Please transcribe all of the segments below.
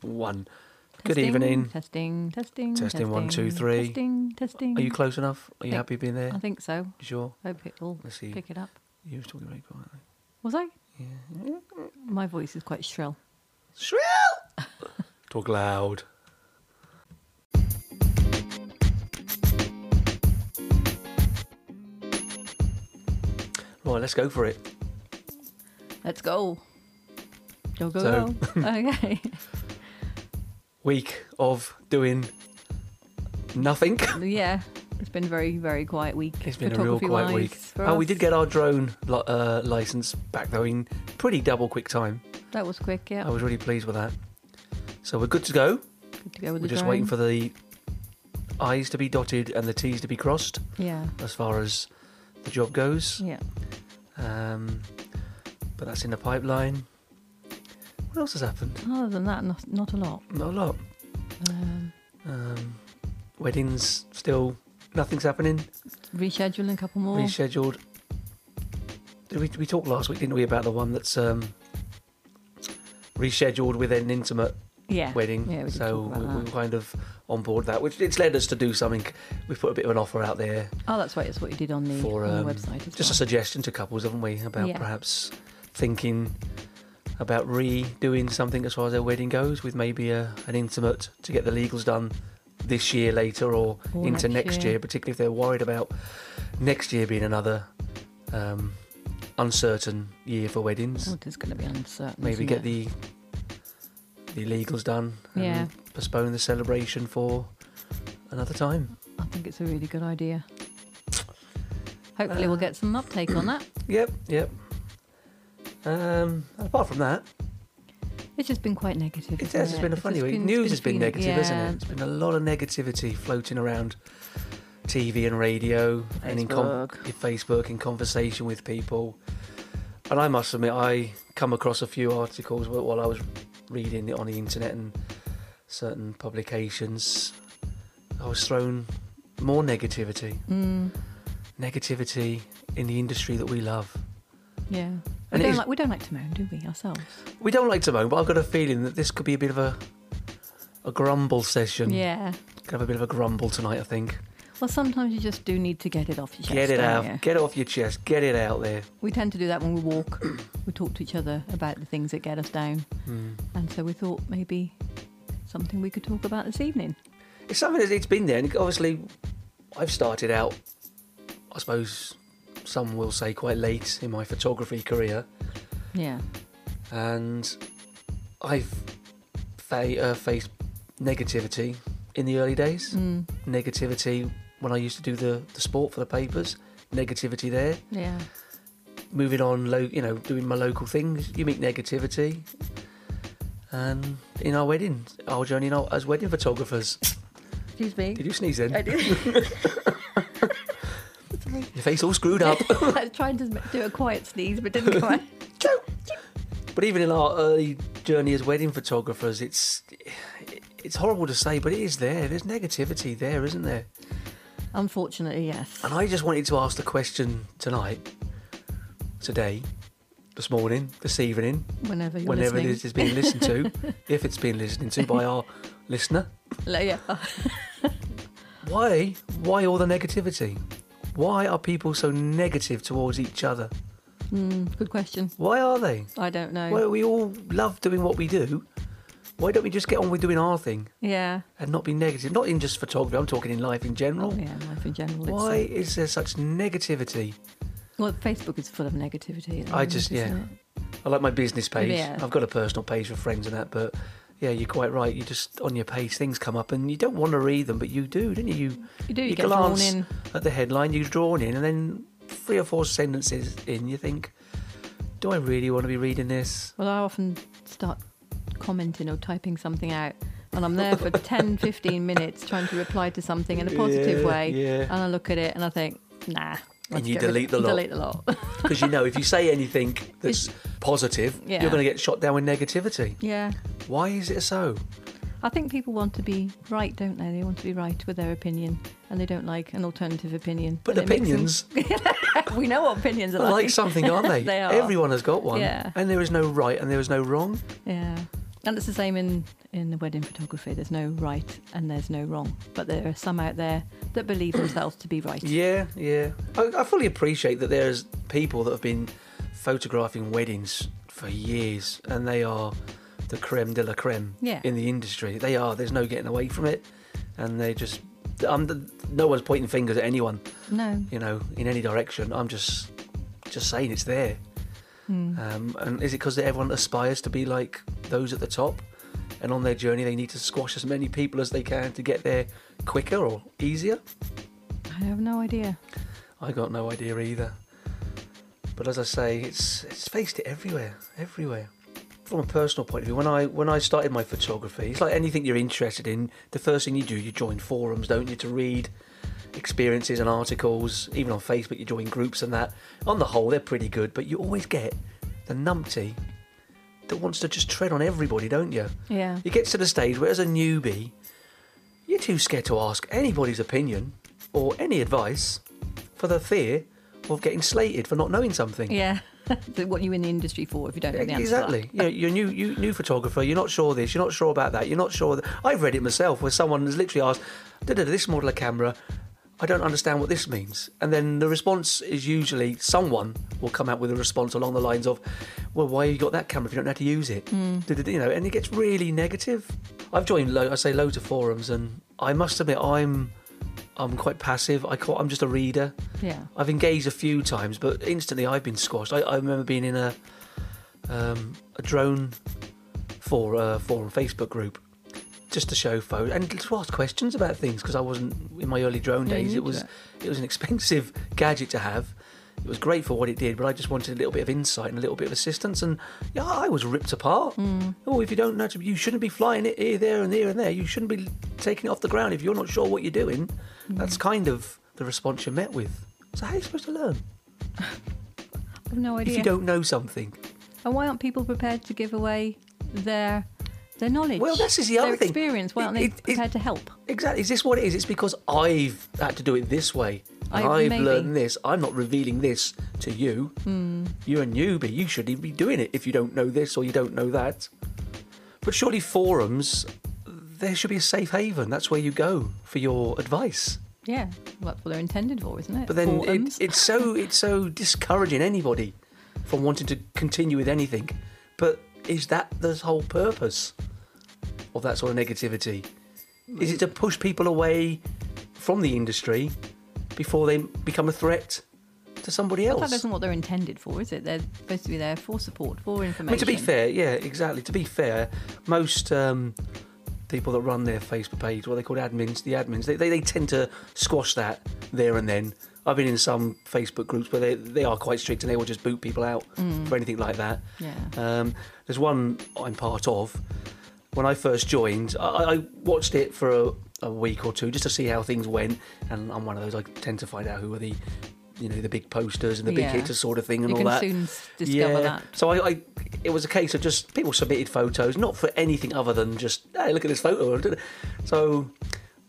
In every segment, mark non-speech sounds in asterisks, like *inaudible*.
One. Good Testing, evening. Testing, testing, Testing, one, two, three. Testing, testing. Are you close enough? Are you Think- happy being there? I think so. You sure? Hope it'll Let's see. pick it up. You were talking very quietly. Was I? Yeah. My voice is quite shrill. Shrill! Talk loud. Right, let's go for it. Let's go. Go go So- *laughs* go. okay. *laughs* Week of doing nothing. Yeah. It's been a very very quiet week. It's been a real photography quiet wise week. for Oh, we us. did get our drone li- uh, license back though in pretty double quick time. That was quick. Yeah. I was really pleased with that. So we're good to go. Good to go with We're the just drone. waiting for the I's to be dotted and the T's to be crossed Yeah. as far as the job goes. Yeah. Um, but that's in the pipeline. What else has happened? Other than that, not, not a lot. Not a lot. Um, Um, weddings still, nothing's happening. rescheduling a couple more. Rescheduled. Did we, we talked last week, didn't we, about the one that's um, rescheduled with an intimate yeah. wedding. Yeah. We did so talk about we, we that. were kind of on board that, which it's led us to do something. We've put a bit of an offer out there, Oh, that's right. It's what you did on the, For, on the um, website as just a well. suggestion to couples, haven't we, about Yeah. perhaps thinking about redoing something as far as their wedding goes, with maybe a, an intimate to get the legals done this year later or, Or into next next, year. year. particularly if they're worried about next year being another um, uncertain year for weddings. Oh, it is going to be uncertain. maybe isn't get it? the the illegals done and Yeah. postpone the celebration for another time. I think it's a really good idea. Hopefully, Uh, we'll get some uptake on that. Yep, yep. Um, apart from that, It's just been quite negative. it hasn't has been a It's funny just week. been- News it's has been feeling- negative, hasn't yeah. it? It's been a lot of negativity floating around TV and radio and in, com- Facebook. in Facebook in conversation with people. And I must admit, I come across a few articles wh- while I was reading it on the internet and certain publications. I was thrown more negativity, Mm, negativity in the industry that we love. yeah. We And it don't, is- like, we don't like to moan, do we, ourselves? We don't like to moan, but I've got a feeling that this could be a bit of a a grumble session. Yeah. Could have a bit of a grumble tonight, I think. Well, sometimes you just do need to get it off your chest. get it don't out. you? Get it off your chest. Get it out there. We tend to do that when we walk. *clears throat* we talk to each other about the things that get us down. Mm. And so we thought maybe something we could talk about this evening. It's something that it's been there, and obviously, I've started out. I suppose some will say quite late in my photography career, Yeah. and I've fa- uh, faced negativity in the early days. Mm, Negativity when I used to do the the sport for the papers. Negativity there. yeah. moving on, lo- you know, doing my local things, you meet negativity. And in our wedding, our journey in our, as wedding photographers. Excuse me. Did you sneeze then? I did. Your face all screwed *laughs* up. I was trying to do a quiet sneeze, but didn't come out. but even in our early journey as wedding photographers, it's it's horrible to say, but it is there. There's negativity there, isn't there? *laughs* Unfortunately, yes. And I just wanted to ask the question tonight, today, this morning, this evening, Whenever you're whenever listening. this is being listened *laughs* to, if it's being listened to by our listener. Like, yeah. Why? Why all the negativity? Why are people so negative towards each other? Mm, good question. Why are they? I don't know. Why we all love doing what we do. Why don't we just get on with doing our thing yeah. and not be negative? Not in just photography. I'm talking in life in general. Oh, yeah, life in general. It's, Why is there such negativity? well, Facebook is full of negativity. at I the moment, just- yeah. isn't I like my business page. Yeah. I've got a personal page for friends and that, but yeah, you're quite right. You just on your page things come up and you don't want to read them, but you do, don't you? You it? You do. You, You get glance. drawn in. at the headline, you're drawn in, and then three or four sentences in, you think, do I really want to be reading this? Well, I often start commenting or typing something out, and *laughs* I'm there for 10, 15 minutes trying to reply to something in a positive Yeah, way, yeah. *laughs* and I look at it and I think, nah. let's you get rid of- delete the lot. Delete the lot. *laughs* Because you know, if you say anything that's positive, Yeah. you're going to get shot down with negativity. yeah. Why is it so? I think people want to be right, don't they? They want to be right with their opinion, and they don't like an alternative opinion. But And it makes them- opinions *laughs* we know what opinions are are like. like something, aren't they? *laughs* They are. Everyone has got one, Yeah. and there is no right and there is no wrong. yeah. And it's the same in, in the wedding photography. There's no right and there's no wrong. But there are some out there that believe themselves to be right. Yeah, yeah. I, I fully appreciate that there's people that have been photographing weddings for years, and they are the creme de la creme Yeah. in the industry. They are. There's no getting away from it, and they just. I'm the, no one's pointing fingers at anyone, No. you know, in any direction. I'm just, just saying it's there. Mm. Um, and is it because everyone aspires to be like those at the top? And on their journey, they need to squash as many people as they can to get there quicker or easier? I have no idea. I got no idea either. But as I say, it's it's faced it everywhere, everywhere. From a personal point of view, when I when I started my photography, it's like anything you're interested in. The first thing you do, you join forums, don't you, to read experiences and articles. Even on Facebook, you join groups and that. On the whole, they're pretty good, but you always get the numpty that wants to just tread on everybody, don't you? Yeah. It gets to the stage where, as a newbie, you're too scared to ask anybody's opinion or any advice for the fear of getting slated for not knowing something. Yeah. *laughs* So what are you in the industry for if you don't know the answer? to that? Exactly. You know, you're new, you, new photographer. You're not sure this. You're not sure about that. You're not sure. That. I've read it myself, where someone has literally asked, "Da da da, this model of camera, I don't understand what this means." And then the response is usually someone will come out with a response along the lines of, "Well, why you got that camera if you don't know how to use it?" Hmm. Da, da, da, you know, and it gets really negative. I've joined, lo- I say, loads of forums, and I must admit, I'm, I'm quite passive. I, ca- I'm just a reader. Yeah. I've engaged a few times, but instantly I've been squashed. I, I remember being in a um, a drone for uh, forum Facebook group just to show photos and to ask questions about things because I wasn't in my early drone Yeah, you days. need It was that. it was an expensive *laughs* gadget to have. It was great for what it did, but I just wanted a little bit of insight and a little bit of assistance. And yeah, I was ripped apart. Mm. Oh, if you don't know, how to, you shouldn't be flying it here, there, and there, and there. You shouldn't be taking it off the ground if you're not sure what you're doing. Mm. That's kind of the response you're met with. So how are you supposed to learn I've no if idea. you don't know something? And why aren't people prepared to give away their their knowledge? Well, this is the their other thing. experience. Why aren't It- they it- it- prepared to help? Exactly. Is this what it is? It's because I've had to do it this way. And I- I've maybe. learned this. I'm not revealing this to you. Hmm. You're a newbie. You shouldn't be doing it if you don't know this or you don't know that. But surely forums, there should be a safe haven. That's where you go for your advice. Yeah, well, that's what they're intended for, isn't it? But then it, Forums. it's *laughs* so it's so discouraging anybody from wanting to continue with anything. But is that the whole purpose of that sort of negativity? Is it to push people away from the industry before they become a threat to somebody Well, that else? isn't what they're intended for, is it? They're supposed to be there for support, for information. I mean, to be fair, yeah, exactly. To be fair, most um, people that run their Facebook page, what they call admins, the admins, they, they, they tend to squash that there and then. I've been in some Facebook groups where they, they are quite strict and they will just boot people out Mm. for anything like that. Yeah. Um, there's one I'm part of. When I first joined, I, I watched it for a, a week or two just to see how things went. And I'm one of those I tend to find out who are the, you know, the big posters and the Yeah. big hitters sort of thing and You all can that. soon s- discover that. So I, I, it was a case of just people submitted photos, not for anything other than just, hey, look at this photo. So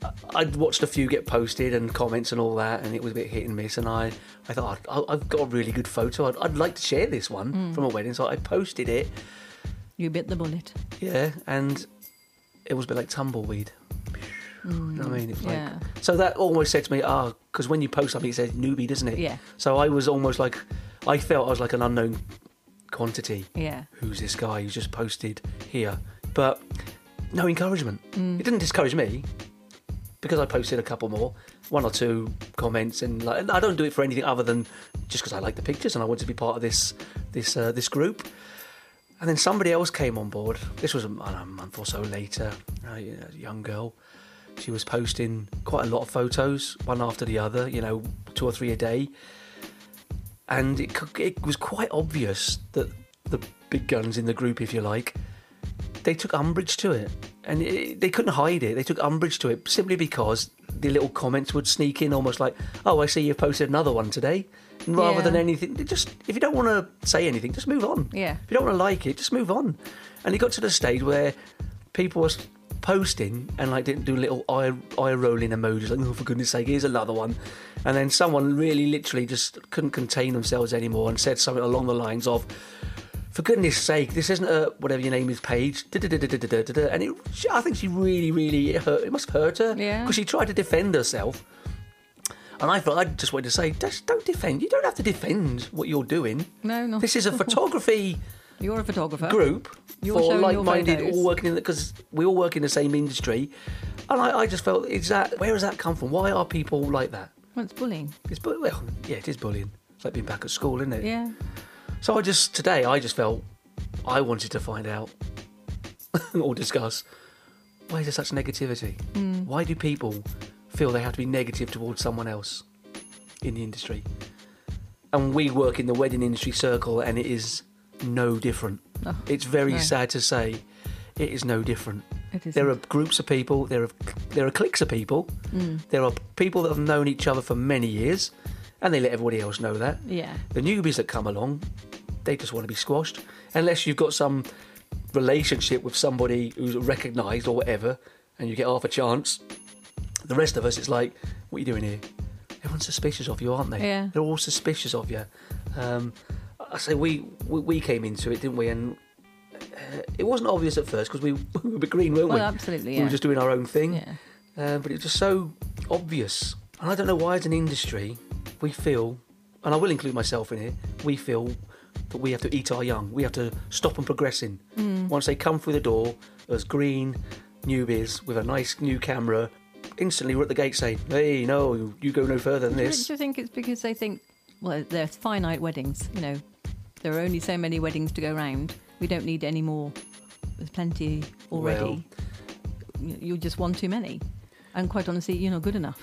I- I'd watched a few get posted and comments and all that, and it was a bit hit and miss. And I, I thought, "I- I've got a really good photo. I'd, I'd like to share this one Mm. from a wedding. So I posted it, You bit the bullet. yeah, and it was a bit like tumbleweed. You know what I mean? It was Mm. yeah. like, so that almost said to me, ah, because when you post something, it says newbie, doesn't it? Yeah. So I was almost like, I felt I was like an unknown quantity Yeah. who's this guy who's just posted here? But no encouragement. It didn't discourage me because I posted a couple more, one or two comments, and like, and I don't do it for anything other than just because I like the pictures and I want to be part of this this uh, this group. And then somebody else came on board. This was a, I don't know, a month or so later. A a young girl. She was posting quite a lot of photos, one after the other. You know, two or three a day and it, c- it was quite obvious that the big guns in the group, if you like, they took umbrage to it, and it, they couldn't hide it. They took umbrage to it simply because the little comments would sneak in, almost like, "Oh, I see you've posted another one today," and rather Yeah. than anything, they just if you don't want to say anything, just move on. Yeah. If you don't want to like it, just move on. And it got to the stage where people was posting and like didn't do little eye eye rolling emojis like oh for goodness sake here's another one and then someone really literally just couldn't contain themselves anymore and said something along the lines of for goodness sake, this isn't a whatever your name is page. And it, she, I think she really, really it hurt. It must have hurt her Yeah. because she tried to defend herself. And I thought I just wanted to say, just don't defend. You don't have to defend what you're *laughs* doing. No, not This is a at all. photography *laughs* You're a photographer. group You're for showing your like-minded, photos. all working in because we all work in the same industry. And I, I just felt, is that where has that come from? Why are people like that? Well, it's bullying. It's bu- well, yeah, it is bullying. It's like being back at school, isn't it? Yeah. So I just today I just felt I wanted to find out *laughs* or discuss why is there such negativity? Why do people feel they have to be negative towards someone else in the industry? And we work in the wedding industry circle, and it is no different. No, it's very no. sad to say, it is no different. It is. There are groups of people. There are there are cliques of people. There are people that have known each other for many years, and they let everybody else know that. Yeah. The newbies that come along, they just want to be squashed. Unless you've got some relationship with somebody who's recognised or whatever, and you get half a chance. The rest of us, it's like, what are you doing here? Everyone's suspicious of you, aren't they? Yeah. They're all suspicious of you. Um, I say we, we we came into it, didn't we? And uh, it wasn't obvious at first because we, *laughs* we were green, weren't Well, we? absolutely. We Yeah. were just doing our own thing. yeah. Um, but it was just so obvious. And I don't know why, as an industry, we feel, and I will include myself in it, we feel that we have to eat our young. We have to stop them progressing. Once they come through the door as green newbies with a nice new camera, instantly we're at the gate saying, hey, no, you go no further than Do you- this. Do you think it's because they think, well, there's finite weddings, you know, there are only so many weddings to go round. We don't need any more. There's plenty already. You- you just one too many. And quite honestly, you're not good enough.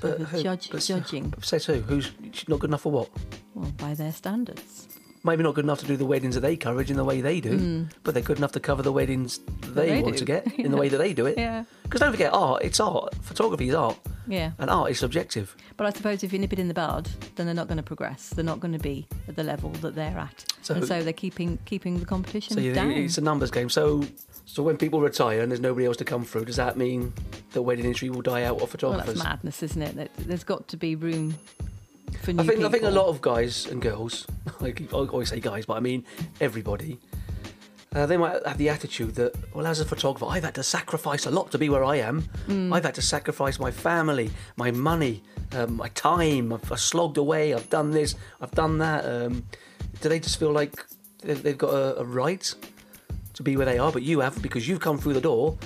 So the who- judge, but- judging, Says who? Who's she's not good enough for what? well, by their standards. Maybe not good enough to do the weddings that they courage in the way they do, but they're good enough to cover the weddings that they, they want do. to get in the way that they do it. Yeah. Because don't forget, art, it's art. Photography is art, Yeah. and art is subjective. But I suppose if you nip it in the bud, then they're not going to progress. They're not going to be at the level that they're at. So- and so they're keeping keeping the competition So you, down. it's a numbers game. So, so when people retire and there's nobody else to come through, does that mean the wedding industry will die out of well, that's photographers? madness, isn't it? That- There's got to be room for new I think I think a people. lot of guys and girls, *laughs* I keep- I always say guys, but I mean everybody. Uh, they might have the attitude that, well, as a photographer, I've had to sacrifice a lot to be where I am. Mm. I've had to sacrifice my family, my money, um, my time. I've, I've slogged away. I've done this. I've done that. Um, do they just feel like they've, they've got a, a right to be where they are, but you haven't because you've come through the door?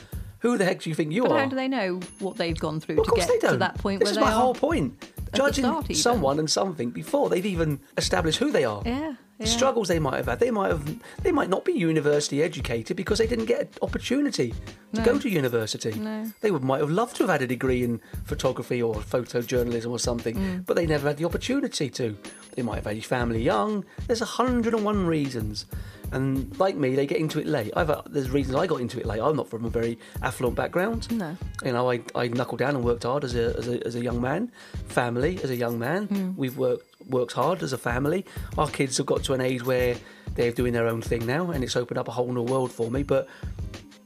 Who the heck do you think you But are? how do they know what they've gone through Well, to of course get they don't. to that point this where is they my are? whole point. the start Judging even. someone and something before they've even established who they are. Yeah, The yeah. struggles they might have had. They might have. They might not be university educated because they didn't get an opportunity to No. go to university. No. They would might have loved to have had a degree in photography or photojournalism or something, Mm. but they never had the opportunity to. They might have had your family young. There's a hundred and one reasons, and like me, they get into it late. I've uh, there's reasons I got into it late. I'm not from a very affluent background No. you know, I, I knuckled down and worked hard as a, as a, as a young man, family as a young man. We've worked worked hard as a family. Our kids have got to an age where they're doing their own thing now, and it's opened up a whole new world for me. But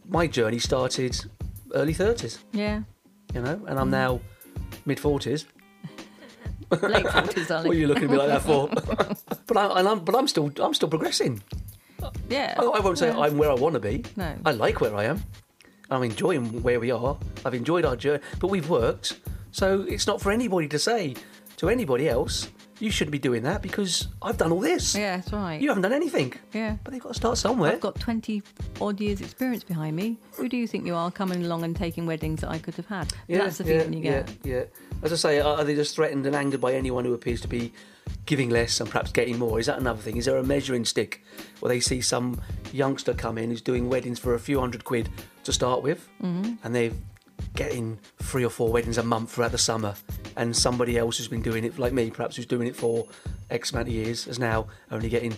my journey started early thirties, *laughs* Yeah. you know, and I'm now mid forties. Late forties, darling. What are you looking at me like that for? *laughs* but I, and I'm but I'm still I'm still progressing. yeah. I, I won't say Yeah. I'm where I want to be. No. I like where I am. I'm enjoying where we are. I've enjoyed our journey, but we've worked. So it's not for anybody to say to anybody else, you shouldn't be doing that because I've done all this. Yeah, that's right. You haven't done anything. yeah. But they've got to start somewhere. I've got 20 odd years' experience behind me. Who do you think you are coming along and taking weddings that I could have had? That's the feeling you get. Yeah, yeah. As I say, are are they just threatened and angered by anyone who appears to be giving less and perhaps getting more? Is that another thing? Is there a measuring stick where they see some youngster come in who's doing weddings for a few hundred quid to start with, Mm-hmm. and they're getting three or four weddings a month throughout the summer, and somebody else who's been doing it, like me, perhaps who's doing it for X amount of years, is now only getting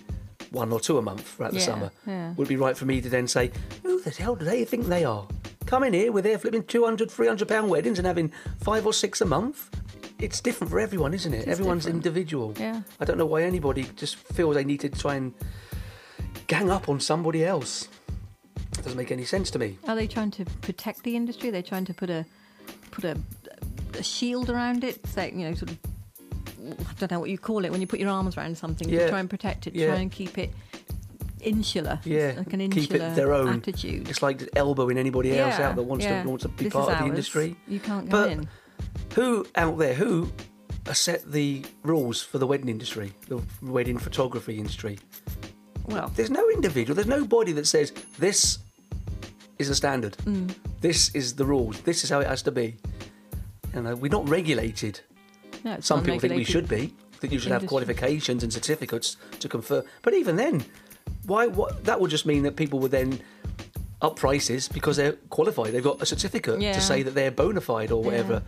one or two a month throughout the Yeah, summer yeah. would it be right for me to then say, who the hell do they think they are? Coming here with their flipping 200, 300 pound weddings and having five or six a month? It's different for everyone, isn't it? is Everyone's different. individual. Yeah. I don't know why anybody just feels they need to try and gang up on somebody else. It doesn't make any sense to me. Are they trying to protect the industry? Are they trying to put a put a, a shield around it? Say, you know, sort of. I don't know what you call it when you put your arms around something Yeah. to try and protect it, Yeah. try and keep it insular. Yeah, It's like an keep it insular their own. attitude. It's like elbowing anybody else Yeah, out that wants yeah. to wants to be This part is of the ours. industry. You can't go But- in. Who out there? Who set the rules for the wedding industry, the wedding photography industry? Well, There's no individual. There's no body that says this is the standard. This is the rules. This is how it has to be. You know, we're not regulated. no, it's Some people think we unregulated. should be. That you should have Industry. qualifications and certificates to confer. But even then, why? What? That would just mean that people would then up prices because they're qualified. They've got a certificate Yeah. to say that they're bona fide or whatever.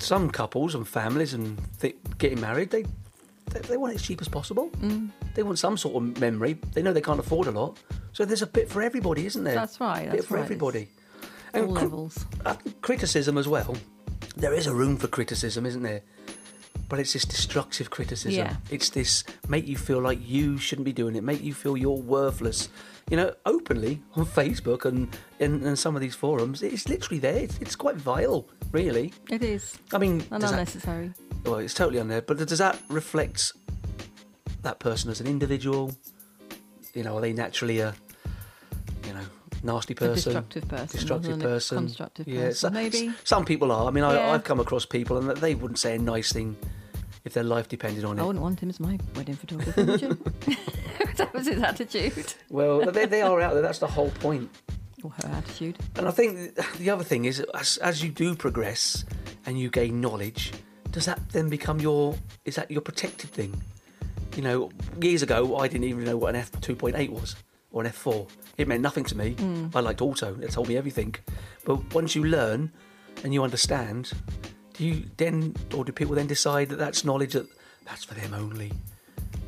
Some couples and families and th- getting married, they, they they want it as cheap as possible. Mm. They want some sort of memory. They know they can't afford a lot, so there's a bit for everybody, isn't there? That's right, bit that's for right. everybody. All cr- levels. I think Uh, criticism as well. There is a room for criticism, isn't there? But it's this destructive criticism. Yeah. It's this make you feel like you shouldn't be doing it, make you feel you're worthless. You know, openly on Facebook and in, in some of these forums, it's literally there. It's, it's quite vile, really. It is. I mean, And does that, unnecessary. well, it's totally on there. But does that reflect that person as an individual? You know, are they naturally a, you know, nasty A person? destructive person. rather destructive than a person. Constructive person. yeah, so- Maybe. Some people are. I mean, I, Yeah. I've come across people and they wouldn't say a nice thing if their life depended on I it. wouldn't want him as my wedding photographer. would *laughs* you? *laughs* that was his attitude. *laughs* Well, they, they are out there. That's the whole point. Or her attitude. And I think the other thing is, as, as you do progress and you gain knowledge, does that then become your is that your protected thing? You know, years ago I didn't even know what an F two point eight was or an F four. It meant nothing to me. Mm. I liked auto; it told me everything. But once you learn and you understand, do you then or do people then decide that that's knowledge that that's for them only?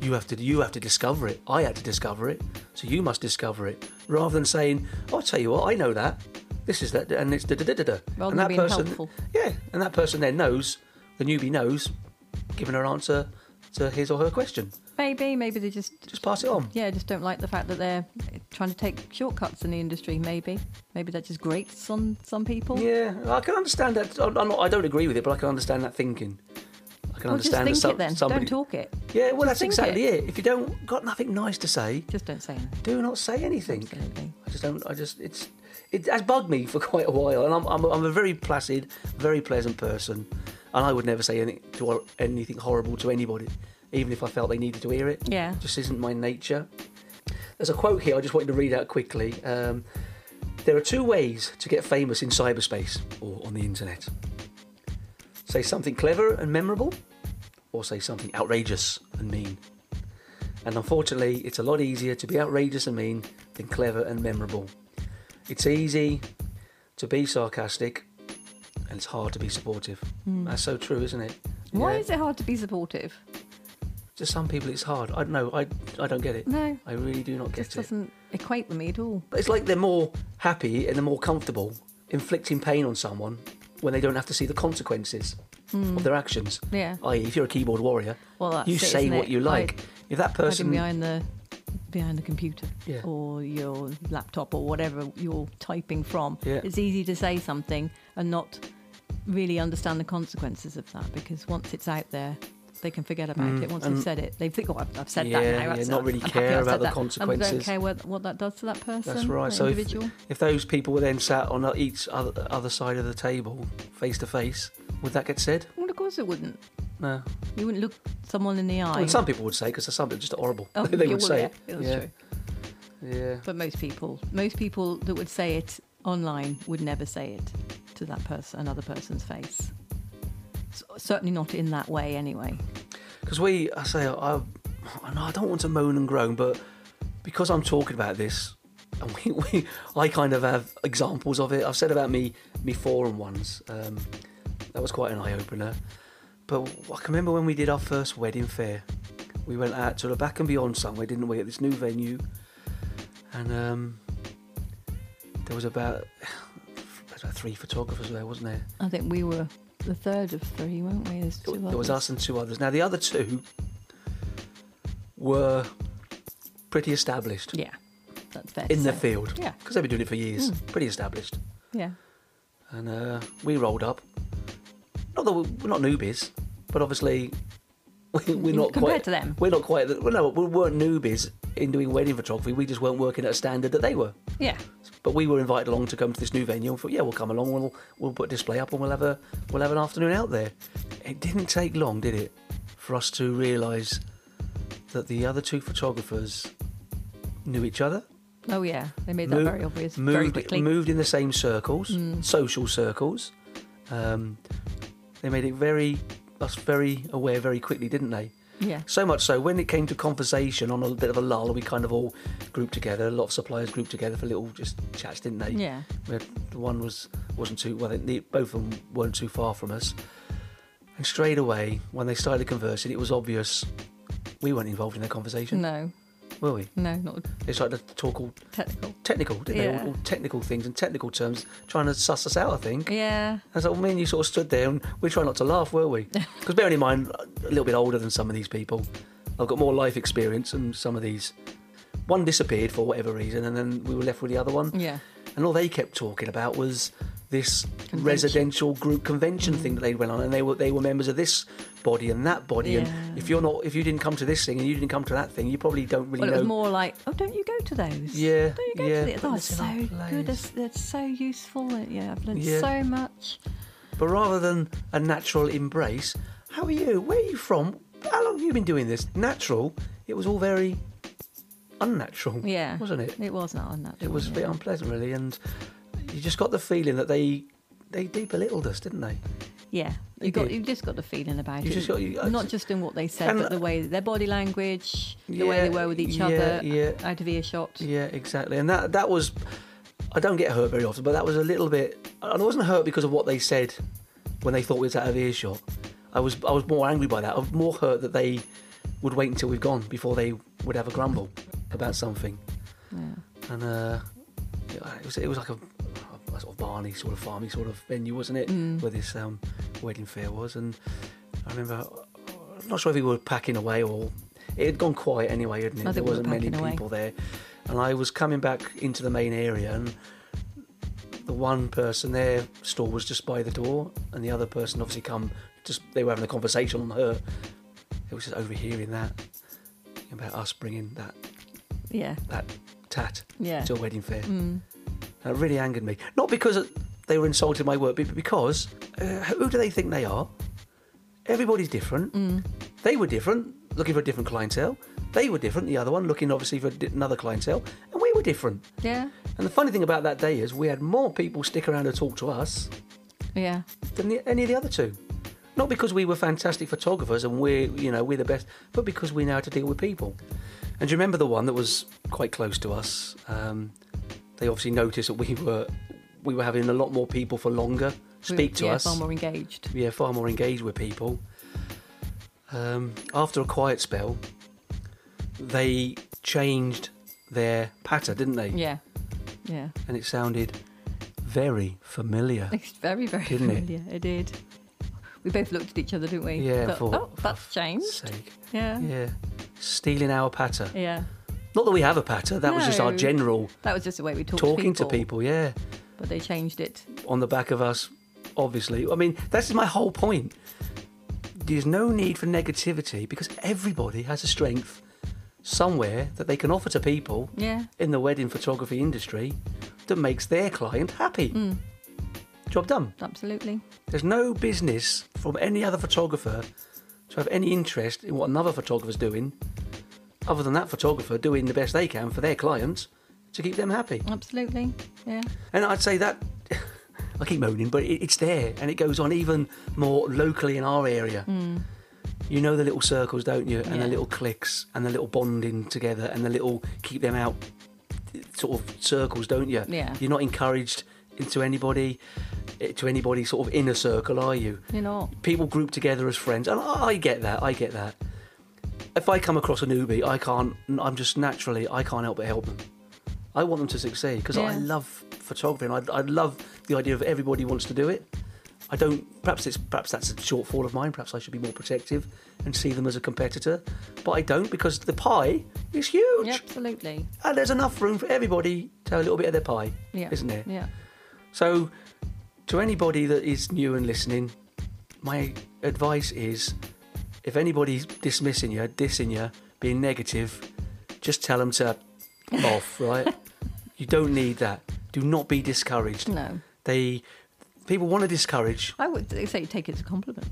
You have to you have to discover it. I had to discover it, so you must discover it. Rather than saying, "Oh, "I'll tell you what, I know that. This is that, and it's da da da da da." Rather and than that being person, helpful. yeah, and that person then knows the newbie knows, giving her answer to his or her question. Maybe. Maybe they just Just pass it on. Yeah, I just don't like the fact that they're trying to take shortcuts in the industry. Maybe, maybe that just grates on some people. Yeah, I can understand that. I'm I'm not, I don't agree with it, but I can understand that thinking. I can Well, just understand think that some- it then. somebody. Don't talk it. Yeah, well, that's think exactly it. If you don't got nothing nice to say, Just don't say anything. do not say anything. Absolutely. I just don't. I just it's it has bugged me for *laughs* quite a while, and I'm I'm, I'm a very placid, very pleasant person, and I would never say anything to anything horrible to anybody, even if I felt they needed to hear it. Yeah. just isn't my nature. There's a quote here I just wanted to read out quickly. Um, there are two ways to get famous in cyberspace or on the internet. Say something clever and memorable, or say something outrageous and mean. And unfortunately, it's a lot easier to be outrageous and mean than clever and memorable. It's easy to be sarcastic, and it's hard to be supportive. That's so true, isn't it? Hmm. Why Yeah. is it hard to be supportive? To some people, it's hard. I don't know. I, I don't get it. No. I really do not It get just it. doesn't equate with me at all. But it's like they're more happy and they're more comfortable inflicting pain on someone when they don't have to see the consequences of their actions. Yeah. I.e., if you're a keyboard warrior, Well, that's you it, say isn't what it? you like. if that Hiding person, behind the behind the computer Yeah. or your laptop or whatever you're typing from, Yeah. it's easy to say something and not really understand the consequences of that because once it's out there. They can forget about it once they've said it. They think, "Oh, I've, I've said Yeah, that Mm, yeah, now." That's- not really I'm happy care I've said about the that. And consequences. don't care what, what that does to that person. that's right. that So if, individual. if those people were then sat on each other, other side of the table, face to face, would that get said? well, of course it wouldn't. No. You wouldn't look someone in the eye. Well, some people would say because some people are just horrible. Oh, *laughs* they yeah, would well, say yeah, it. That's yeah. true. Yeah. But most people, most people that would say it online would never say it to that person, another person's face. S certainly not in that way, anyway. because we, I say, I, I know I don't want to moan and groan, but because I'm talking about this, and we, *laughs* we I kind of have examples of it. I've said about me, me forum ones. Um, that was quite an eye opener. But I can remember when we did our first wedding fair. We went out to the back and beyond somewhere, didn't we, at this new venue? And um, there was about, *sighs* there was about three photographers there, wasn't there? I think we were the third of three, weren't we? There's two There was others. us and two others. Now the other two were pretty established Yeah, that's fair. to in the say. field Yeah, Hmm. because they've been doing it for years. Pretty established, yeah. and uh, we rolled up. Not that we're, we're not newbies, but obviously *laughs* we're not compared quite to them. We're not quite. Well, no, we weren't newbies in doing wedding photography. We just weren't working at a standard that they were. Yeah. But we were invited along to come to this new venue, and thought, yeah, we'll come along. We'll we'll put a display up, and we'll have a we'll have an afternoon out there. It didn't take long, did it, for us to realise that the other two photographers knew each other, Oh yeah. They made Move- that very obvious very moved quickly. Mm. moved in the same circles, social circles. Um, they made it very us very aware very quickly, didn't they? Yeah. So much so, when it came to conversation on a bit of a lull, we kind of all grouped together. A lot of suppliers grouped together for little just chats, didn't they? Yeah. Where the one was wasn't too well. They, both of them weren't too far from us. And straight away, when they started conversing, it was obvious we weren't involved in their conversation, No. were we? No, not They started to talk all technical. technical, didn't they? Yeah. All, all technical things and technical terms, trying to suss us out. I think. Yeah. I was like, well, me and you sort of stood there and we tried not to laugh, were *laughs* we? Because bearing in mind, a little bit older than some of these people, I've got more life experience than some of these. One disappeared for whatever reason, and then we were left with the other one. Yeah. And all they kept talking about was this residential group convention thing that they went on, and they were they were members of this body and that body. Yeah. And if you're not, if you didn't come to this thing and you didn't come to that thing, you probably don't really Well, it know. was more like, oh, don't you go to those? Yeah, Don't you go yeah, to those? but Oh, in it's the so same good. place. It's, it's so useful. Yeah, I've learned Yeah. so much. But rather than a natural embrace, how are you? Where are you from? How long have you been doing this? Natural. It was all very unnatural. Yeah. Wasn't it? It was not unnatural. It was a yeah. bit unpleasant, really, and you just got the feeling that they they, they belittled us, didn't they? Yeah, They you got did. you just got the feeling about You it. just got- you- uh, not just in what they said, And- but the way their body language, the way they Yeah, were with each yeah, other, yeah. out of earshot. Yeah, exactly. And that that was I don't get hurt very often, but that was a little bit and I wasn't hurt because of what they said when they thought we was out of earshot. I was I was more angry by that. I was more hurt that they would wait until we've gone before they would have a grumble about something. Yeah. and uh, yeah, it was it was like a, a sort of barney sort of farmy sort of venue, wasn't it? Mm. Where this um, wedding fair was, and I remember I'm not sure if we were packing away or it had gone quiet anyway, hadn't it? I think there we were wasn't many packing away. people there, and I was coming back into the main area and. The one person their stall was just by the door, and the other person obviously come. Just they were having a conversation on her. It was just overhearing that about us bringing that Yeah, that tat yeah. to a wedding fair. Mm. That really angered me. Not because they were insulting my work, but because uh, who do they think they are? Everybody's different. Mm. They were different, looking for a different clientele. They were different, the other one, looking obviously for di- another clientele. And we were different. Yeah, And the funny thing about that day is we had more people stick around to talk to us yeah, than the, any of the other two. Not because we were fantastic photographers and we're, you know, we're the best, but because we know how to deal with people. And do you remember the one that was quite close to us? Um, they obviously noticed that we were we were having a lot more people for longer We- speak to yeah, us. Far more engaged. Yeah, far more engaged with people. Um, after a quiet spell, they changed their patter, didn't they? Yeah, yeah. *laughs* And it sounded very familiar. It's very, very Didn't it? familiar. It? did. We both looked at each other, didn't we? Yeah, Thought, for- oh, that's changed. Sake. Yeah. yeah, Yeah. Stealing our patter. Not that we have a patter, that was just our No. general That was just the way we talked talking to people. to people, yeah. But they changed it. On the back of us, obviously. I mean, that's my whole point. There's no need for negativity because everybody has a strength somewhere that they can offer to people Yeah, in the wedding photography industry that makes their client happy. Mm. Job done. absolutely. There's no business from any other photographer to have any interest in what another photographer's doing, other than that photographer doing the best they can for their clients to keep them happy. Absolutely. Yeah. And I'd say that *laughs* I keep moaning, but it, it's there and it goes on even more locally in our area. You know the little circles, don't you? And Hmm. Yeah. the little clicks and the little bonding together and the little keep them out sort of circles, don't you? Yeah. You're not encouraged into anybody, eh, to anybody sort of inner circle, are you? You know. people group together as friends, and I, I get that. I get that. If I come across a newbie, I can't. I'm just naturally, I can't help but help them. I want them to succeed because I Yeah. love photography, and I, I love the idea of everybody wants to do it. I don't. Perhaps it's perhaps that's a shortfall of mine. Perhaps I should be more protective and see them as a competitor, but I don't because the pie is huge, Yeah, absolutely. and there's enough room for everybody to have a little bit of their pie, Yeah. isn't there? Yeah. So, to anybody that is new and listening, my advice is if anybody's dismissing you, dissing you, being negative, just tell them to *laughs* off, right? You don't need that. Do not be discouraged. No. They people want to discourage. I would say take it as a compliment.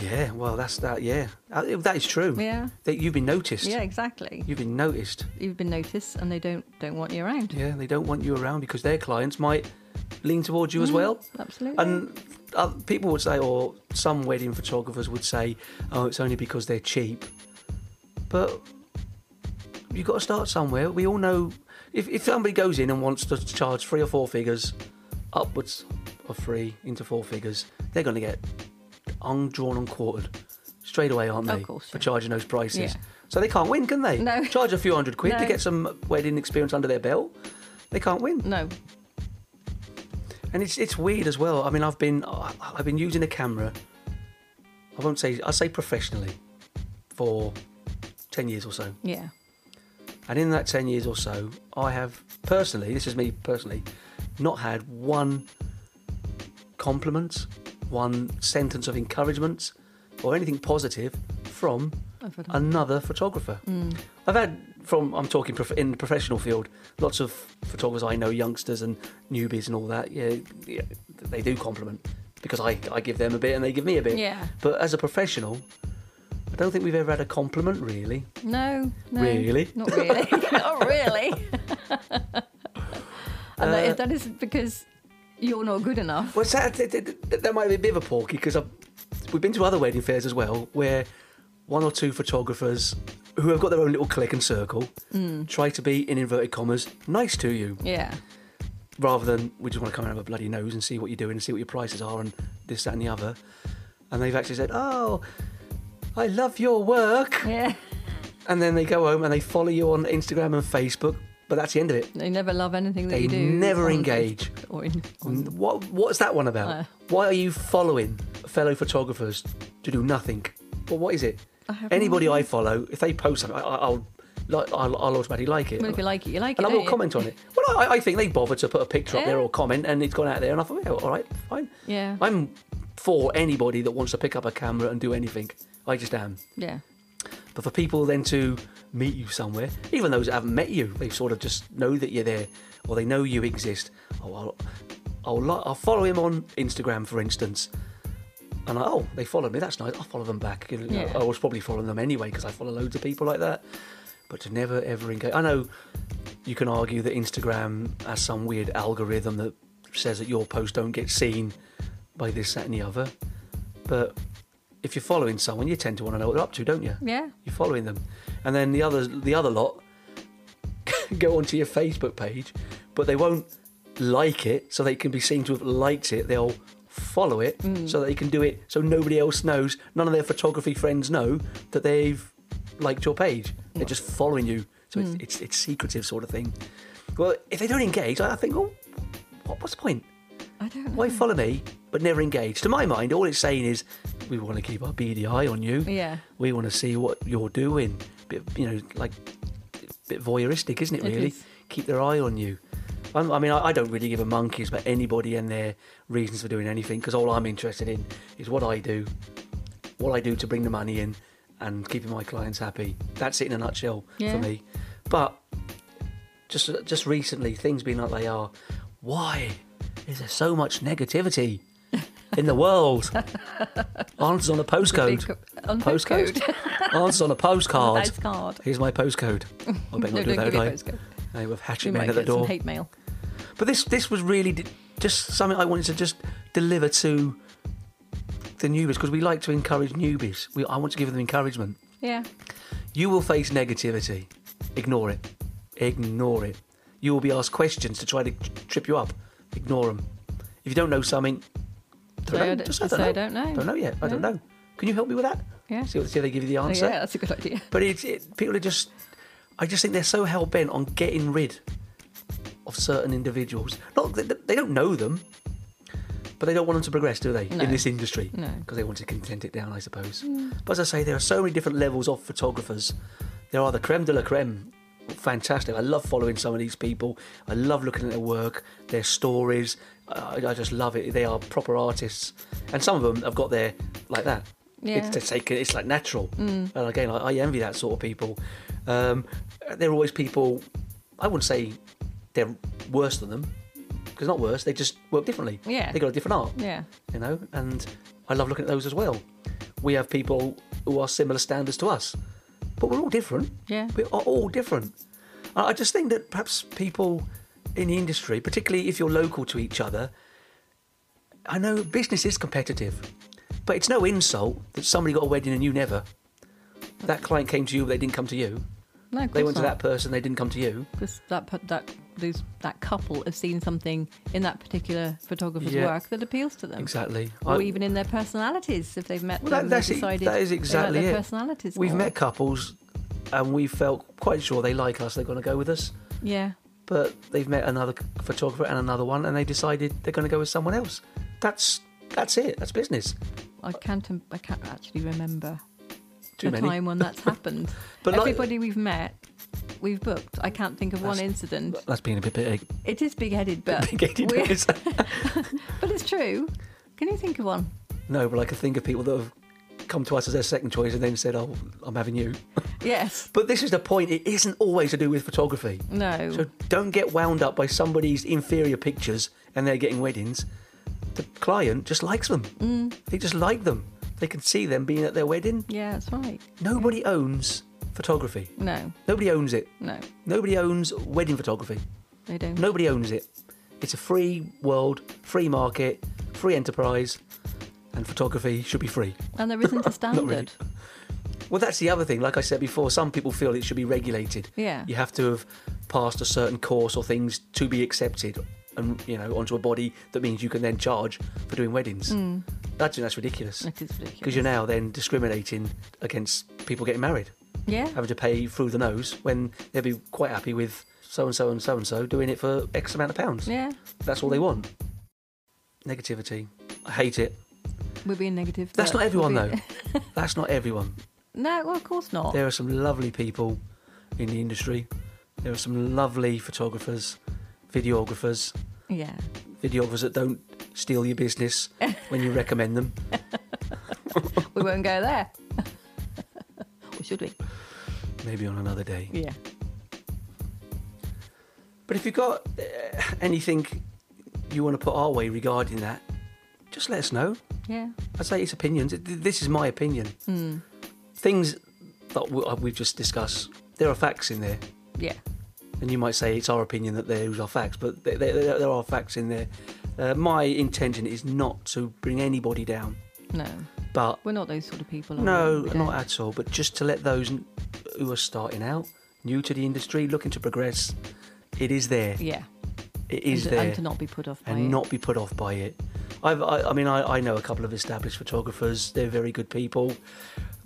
Yeah, well, that's that. Yeah, Uh, that is true. Yeah. That you've been noticed. Yeah, exactly. You've been noticed. You've been noticed and they don't don't want you around. Yeah, they don't want you around because their clients might lean towards you as Mm. well. Absolutely. And uh, people would say, or some wedding photographers would say, oh, it's only because they're cheap. But you've got to start somewhere. We all know if, if somebody goes in and wants to charge three or four figures, upwards of three into four figures, they're going to get undrawn and quartered straight away, aren't Of they? course, For yeah. charging those prices. Yeah. So they can't win, can they? No. Charge a few hundred quid to No. get some wedding experience under their belt. They can't win. no. And it's it's weird as well. I mean, I've been I- I've been using a camera. I won't say I say professionally for ten years or so. Yeah. And in that ten years or so, I have personally, this is me personally, not had one compliment, one sentence of encouragement, or anything positive from I've forgotten. another photographer. Mm. I've had from I'm talking prof- in the professional field, lots of photographers I know, youngsters and newbies and all that. Yeah, yeah they do compliment because I, I give them a bit and they give me a bit. Yeah. But as a professional, I don't think we've ever had a compliment really. No, no. Really? Not *laughs* really. *laughs* not really. and that Uh, is that is because you're not good enough. Well, that, that, that, that might be a bit of a porky because we've been to other wedding fairs as well where one or two photographers who have got their own little clique and circle Mm. try to be in inverted commas nice to you. Yeah. rather than we just want to come out of a bloody nose and see what you're doing and see what your prices are and this, that, and the other. And they've actually said, Oh, I love your work. Yeah. And then they go home and they follow you on Instagram and Facebook, but that's the end of it. They never love anything that They you do. never on- engage. Or in, on, What, what's that one about? Uh. Why are you following fellow photographers to do nothing? Well, what is it? I have no Anybody idea. I follow, if they post something, I, I- I'll, like, I'll, I'll automatically like it. well, if you like it, you like and it. eh? I don't will you? comment on it. Well, I, I think they bothered to put a picture up there Yeah. or comment, and it's gone out there, and I thought, yeah, all right, fine. Yeah. I'm for anybody that wants to pick up a camera and do anything. I just am. Yeah. But for people then to meet you somewhere, even those that haven't met you, they sort of just know that you're there, or they know you exist. Oh, I'll, I'll, li- I'll follow him on Instagram, for instance. And I, oh, they followed me. That's nice. I'll follow them back. You know, Yeah. I was probably following them anyway because I follow loads of people like that. But to never ever engage. I know you can argue that Instagram has some weird algorithm that says that your posts don't get seen by this, that, and the other. But if you're following someone, you tend to want to know what they're up to, don't you? Yeah. You're following them, and then the other the other lot *laughs* go onto your Facebook page, but they won't like it, so they can be seen to have liked it. They'll follow it, so they can do it, so nobody else knows. None of their photography friends know that they've liked your page. They're just following you, so it's, it's it's secretive sort of thing. Well, if they don't engage, I I think, oh, what, what's the point? I don't know. Why follow me but never engage? To my mind, all it's saying is we want to keep our beady eye on you. Yeah. We want to see what you're doing. Bit, you know, like bit voyeuristic, isn't it? It Really, is. keep their eye on you. I'm, I mean, I, I don't really give a monkey's about anybody and their reasons for doing anything because all I'm interested in is what I do, what I do to bring the money in, and keeping my clients happy. That's it in a nutshell Yeah. for me. But just just recently, things being like they are, why is there so much negativity in the *laughs* world? Answers on a postcode. Big- on postcode. *laughs* Answers on a postcard. Nice card. Here's my postcode. I better *laughs* No, not do that, don't give would your I? postcode. Hey, with We hatchet might men at the get some door. hate mail. But this this was really d- just something I wanted to just deliver to the newbies because we like to encourage newbies. We, I want to give them encouragement. Yeah. You will face negativity. Ignore it. Ignore it. You will be asked questions to try to t- trip you up. Ignore them. If you don't know something, don't So I know. don't- Just so know. I don't know. Don't know yet. I don't No. know. Can you help me with that? Yeah. See what see if they give you the answer. Oh, Yeah, that's a good idea. But it's it, people are just, I just think they're so hell bent on getting rid of certain individuals. Not they, they don't know them, but they don't want them to progress, do they? No. In this industry, No. Mm. because they want to content it down, I suppose. But as I say, there are so many different levels of photographers. There are the creme de la creme. Fantastic. I love following some of these people. I love looking at their work, their stories. I, I just love it. They are proper artists. And some of them have got their, like that, Yeah. It's, it's, like, it's like natural. Mm. And again, I, I envy that sort of people. Um, they're always people, I wouldn't say they're worse than them, because not worse, they just work differently. Yeah. They got a different art, Yeah. you know, and I love looking at those as well. We have people who are similar standards to us, but we're all different. Yeah. We are all different. I I just think that perhaps people in the industry, particularly if you're local to each other, I know business is competitive, but it's no insult that somebody got a wedding and you never. That client came to you, but they didn't come to you. No, They went to that person, they didn't come to you. because that pu- that those that couple have seen something in that particular photographer's Yeah. work that appeals to them, Exactly. or I- even in their personalities if they've met Well, them. that- and that's it. decided That is they like exactly their it. personalities. We've more. met couples and we felt quite sure they like us, they're going to go with us. Yeah, But they've met another c- photographer and another one, and they decided they're going to go with someone else. That's that's it. That's business. I can't. um, I can't actually remember Too a many. time when that's happened. *laughs* But like- everybody we've met, we've booked. I can't think of one That's- incident. That's being a bit big. It is big-headed, but *laughs* big-headed, we're- isn't it? *laughs* but it's true. Can you think of one? No, but I can think of people that have come to us as their second choice and then said, "Oh, I'm having you." Yes. But this is the point. It isn't always to do with photography. No. So don't get wound up by somebody's inferior pictures and they're getting weddings. The client just likes them. Mm. They just like them. They can see them being at their wedding. yeah, that's right. Nobody owns photography. No. Nobody owns it. No, Nobody owns wedding photography. they don't. Nobody owns it. It's a free world, free market, free enterprise, and photography should be free. And there *laughs* isn't a standard. really. Well, that's the other thing. Like I said before, some people feel it should be regulated. Yeah. You have to have passed a certain course or things to be accepted, and you know, onto a body that means you can then charge for doing weddings. I think that's ridiculous Hmm. It is Mm. ridiculous. because you're now then discriminating against people getting married, Yeah. having to pay through the nose when they'd be quite happy with so and so and so and so doing it for X amount of pounds. Yeah. That's all they want. Negativity. I hate it. We're being negative. That's but not everyone, we're *laughs* though. being- That's not everyone. no, well, of course not. There are some lovely people in the industry. There are some lovely photographers, videographers, Yeah. videographers that don't steal your business when you recommend them. We won't *laughs* go there. or should we? Maybe on another day. Yeah. But if you've got uh, anything you want to put our way regarding that, just let us know. Yeah. I say it's opinions. Th- This is my opinion. Mm. Things that w- uh, we've just discussed, there are facts in there. Yeah. And you might say it's our opinion that those are facts, but there, there, there there are facts in there. Uh, my intention is not to bring anybody down, No. but We're not those sort of people. are no, we? We not don't. at all. But just to let those n- who are starting out, new to the industry, looking to progress, it is there. Yeah. It is and, to- there, And to not be put off by and not be put off by it. I've, I, I mean, I, I know a couple of established photographers. They're very good people.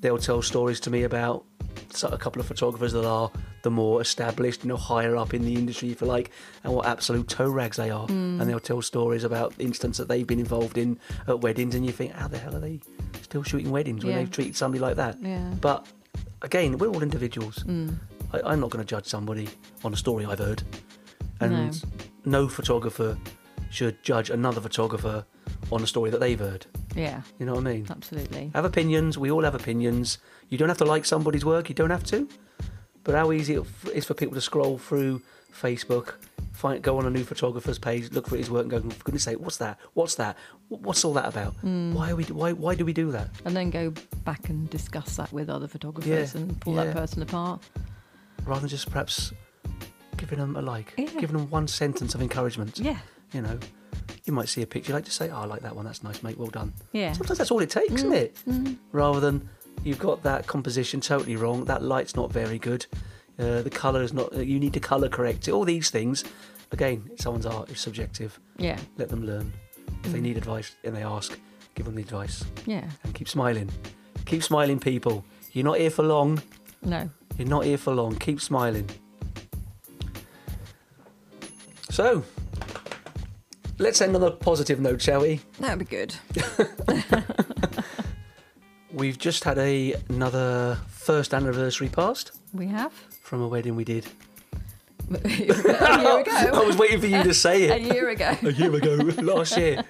They'll tell stories to me about so- a couple of photographers that are the more established, you know, higher up in the industry, if you like, and what absolute toe rags they are. Mm. And they'll tell stories about incidents that they've been involved in at weddings, and you think, how the hell are they still shooting weddings when Yeah. they've treated somebody like that? it. Yeah. But again, we're all individuals. Mm. I, I'm not going to judge somebody on a story I've heard. And no. photographer should judge another photographer on a story that they've heard. Yeah. You know what I mean? Absolutely. Have opinions. We all have opinions. You don't have to like somebody's work. You don't have to. But how easy it f- is for people to scroll through Facebook, find, go on a new photographer's page, look for his work, and go, for goodness sake, what's that? What's that? Wh- What's all that about? Why are we? Why? Why do we do that? And then go back and discuss that with other photographers Yeah, and pull yeah. that person apart. rather than just perhaps giving them a like, Yeah. giving them one sentence of encouragement. Yeah. You know, you might see a picture, you like to say, "Oh, I like that one. That's nice, mate. Well done." Yeah. Mm. Mm-hmm. Sometimes that's all it takes, isn't it? Rather than you've got that composition totally wrong, that light's not very good, uh, the colour is not. You need to colour correct it. All these things, again, someone's art is subjective. Yeah. Let them learn. If they need advice and they ask, give them the advice Yeah. and keep smiling. Keep smiling, people. You're not here for long. No. You're not here for long. Keep smiling. So, let's end on a positive note, shall we? That'd be good. We've just had a, another first anniversary passed We have. *laughs* from a wedding we did. *laughs* a year I ago. was *laughs* waiting for you to say *laughs* a it. year ago. a year ago, last year.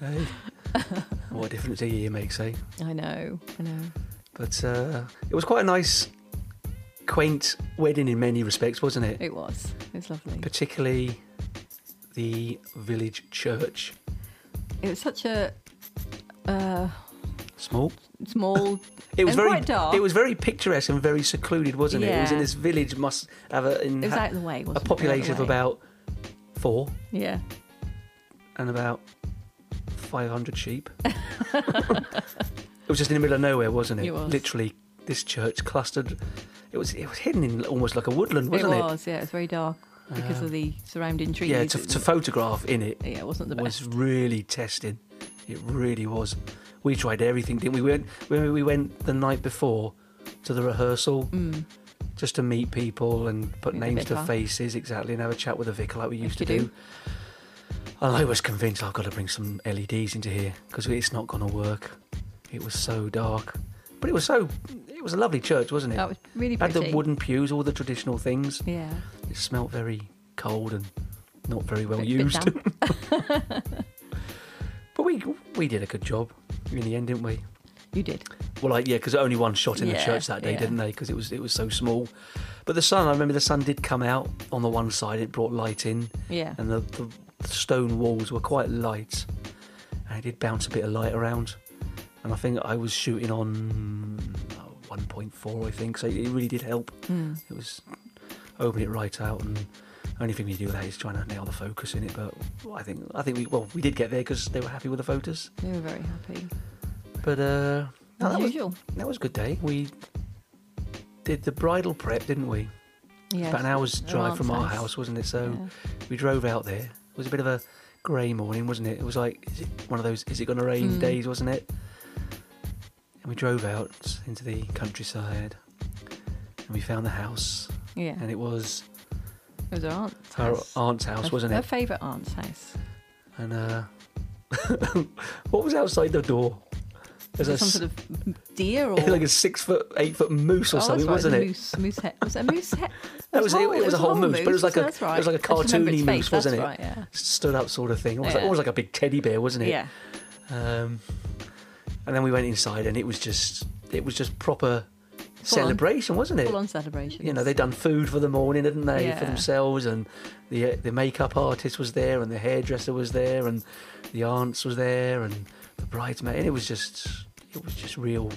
Hey. What a difference a year makes, eh? I know, I know. But uh, it was quite a nice, quaint wedding in many respects, wasn't it? It was. It was lovely. Particularly the village church. It was such a uh, Small. small. It was And very quite dark. It was very picturesque and very secluded, wasn't it? It was in Yeah. this village must have a, in It was ha- out of the way, wasn't a it? Out population the of way. about four Yeah. and about five hundred *laughs* sheep. it was just in the middle of nowhere, wasn't it? It was. Literally this church clustered it was it was hidden in almost like a woodland, wasn't it? it was. Yeah, it was very dark because Um, of the surrounding trees. Yeah, to, It- to photograph in it yeah, it wasn't the was best. really testing. It really was. We tried everything, didn't we? We went when we went the night before to the rehearsal Mm, just to meet people and put Meet the names to vicar. faces exactly and have a chat with the vicar like we used you to do. do. And I was convinced I've got to bring some LEDs into here because it's not going to work. It was so dark, but it was so it was a lovely church, wasn't it? that was really Had pretty. the wooden pews, all the traditional things. Yeah. It smelt very cold and not very well bit- bit used. damp. *laughs* but we we did a good job in the end, didn't we? You did. Well, like yeah, because only one shot in the Yeah, church that day, yeah. didn't they? Because it was it was so small. But the sun, I remember the sun did come out on the one side. It brought light in, *laughs* Yeah. and the, the stone walls were quite light, and it did bounce a bit of light around. And I think I was shooting on uh, 1.4, I think. So it really did help. Mm. It was open it right out, and only thing we do that is trying to nail the focus in it. But I think I think we well we did get there because they were happy with the photos. They were very happy. But uh, no, Oh, that was Unusual. that was a good day. We did the bridal prep, didn't we? Yes. About an hour's Her drive from aunt's our house. house, wasn't it? So Yeah. we drove out there. It was a bit of a grey morning, wasn't it? It was like is it one of those "is it going to rain" Mm. days, wasn't it? And we drove out into the countryside, and we found the house, Yeah. and it was It was her aunt's her house. aunt's house, Her- wasn't Her it? favourite aunt's house. And uh, *laughs* what was outside the door? There's Was a it some s- sort of deer or *laughs* like a six foot, eight foot moose or oh, something, that's right, wasn't the it? Moose, moose head. Was it a moose head? That was it, it was a whole moose, but it was like a- that's it right. was like a I just remember its cartoony face, moose, wasn't that's it? Right, yeah. Stood up sort of thing, almost, like, Yeah. almost like a big teddy bear, wasn't it? Yeah. Um, and then we went inside, and it was just, it was just proper Full on. celebration, wasn't it? Full on celebration. You know, they'd done food for the morning, hadn't they, for Yeah. themselves, and the the makeup artist was there, and the hairdresser was there, and the aunts was there, and the bridesmaid. And it was just, it was just real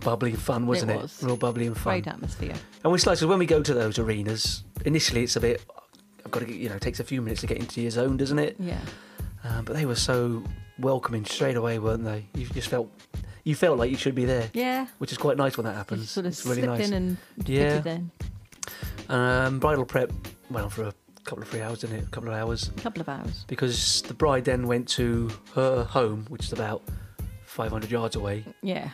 bubbly fun, wasn't it? was. Real bubbly and fun. Great atmosphere. And we slightly, when we go to those arenas, initially it's a bit, I've got to get, you know, it takes a few minutes to get into your zone, doesn't it? Yeah. Um, but they were so welcoming straight away, weren't they? You just felt, you felt like you should be there, Yeah. which is quite nice when that You happens. just sort of it's really slipped nice. in and Yeah. fitted in. Um, bridal prep went on for a couple of three hours, didn't it? A couple of hours. A couple of hours. Because the bride then went to her home, which is about 500 yards away, Yeah.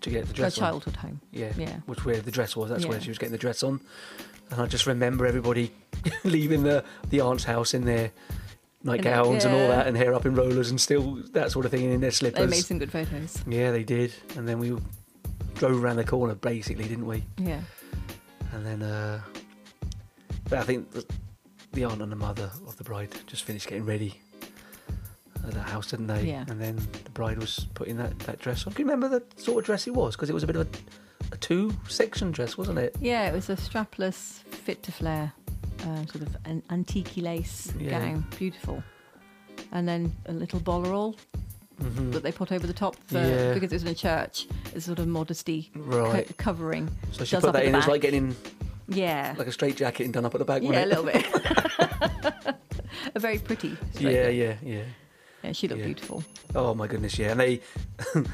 to get the Her dress on. childhood home. Yeah. Yeah. Which where the dress was, that's where Yeah. she was getting the dress on. And I just remember everybody *laughs* leaving the, the aunt's house in their nightgowns and all yeah. that, and hair up in rollers and still that sort of thing, and in their slippers. They made some good photos. Yeah, they did. And then we drove around the corner, basically, didn't we? Yeah. And then, uh, but I think the, the aunt and the mother of the bride just finished getting ready at the house, didn't they? Yeah. And then the bride was putting that, that dress on. Can you remember the sort of dress it was? Because it was a bit of a, a two section dress, wasn't it? Yeah, it was a strapless, fit to flare, uh, sort of an antique lace Yeah. gown. Beautiful. And then a little bollerol Mm-hmm. that they put over the top for, Yeah. because it was in a church. It's sort of modesty co- *laughs* Right. covering. So she does put up that at the in. It was like back. getting Yeah. like a straight jacket and done up at the back. yeah, a wasn't it? little bit. *laughs* a very pretty. straight yeah, bit. yeah, yeah. Yeah, she looked yeah. beautiful. Oh my goodness, yeah. And they *laughs*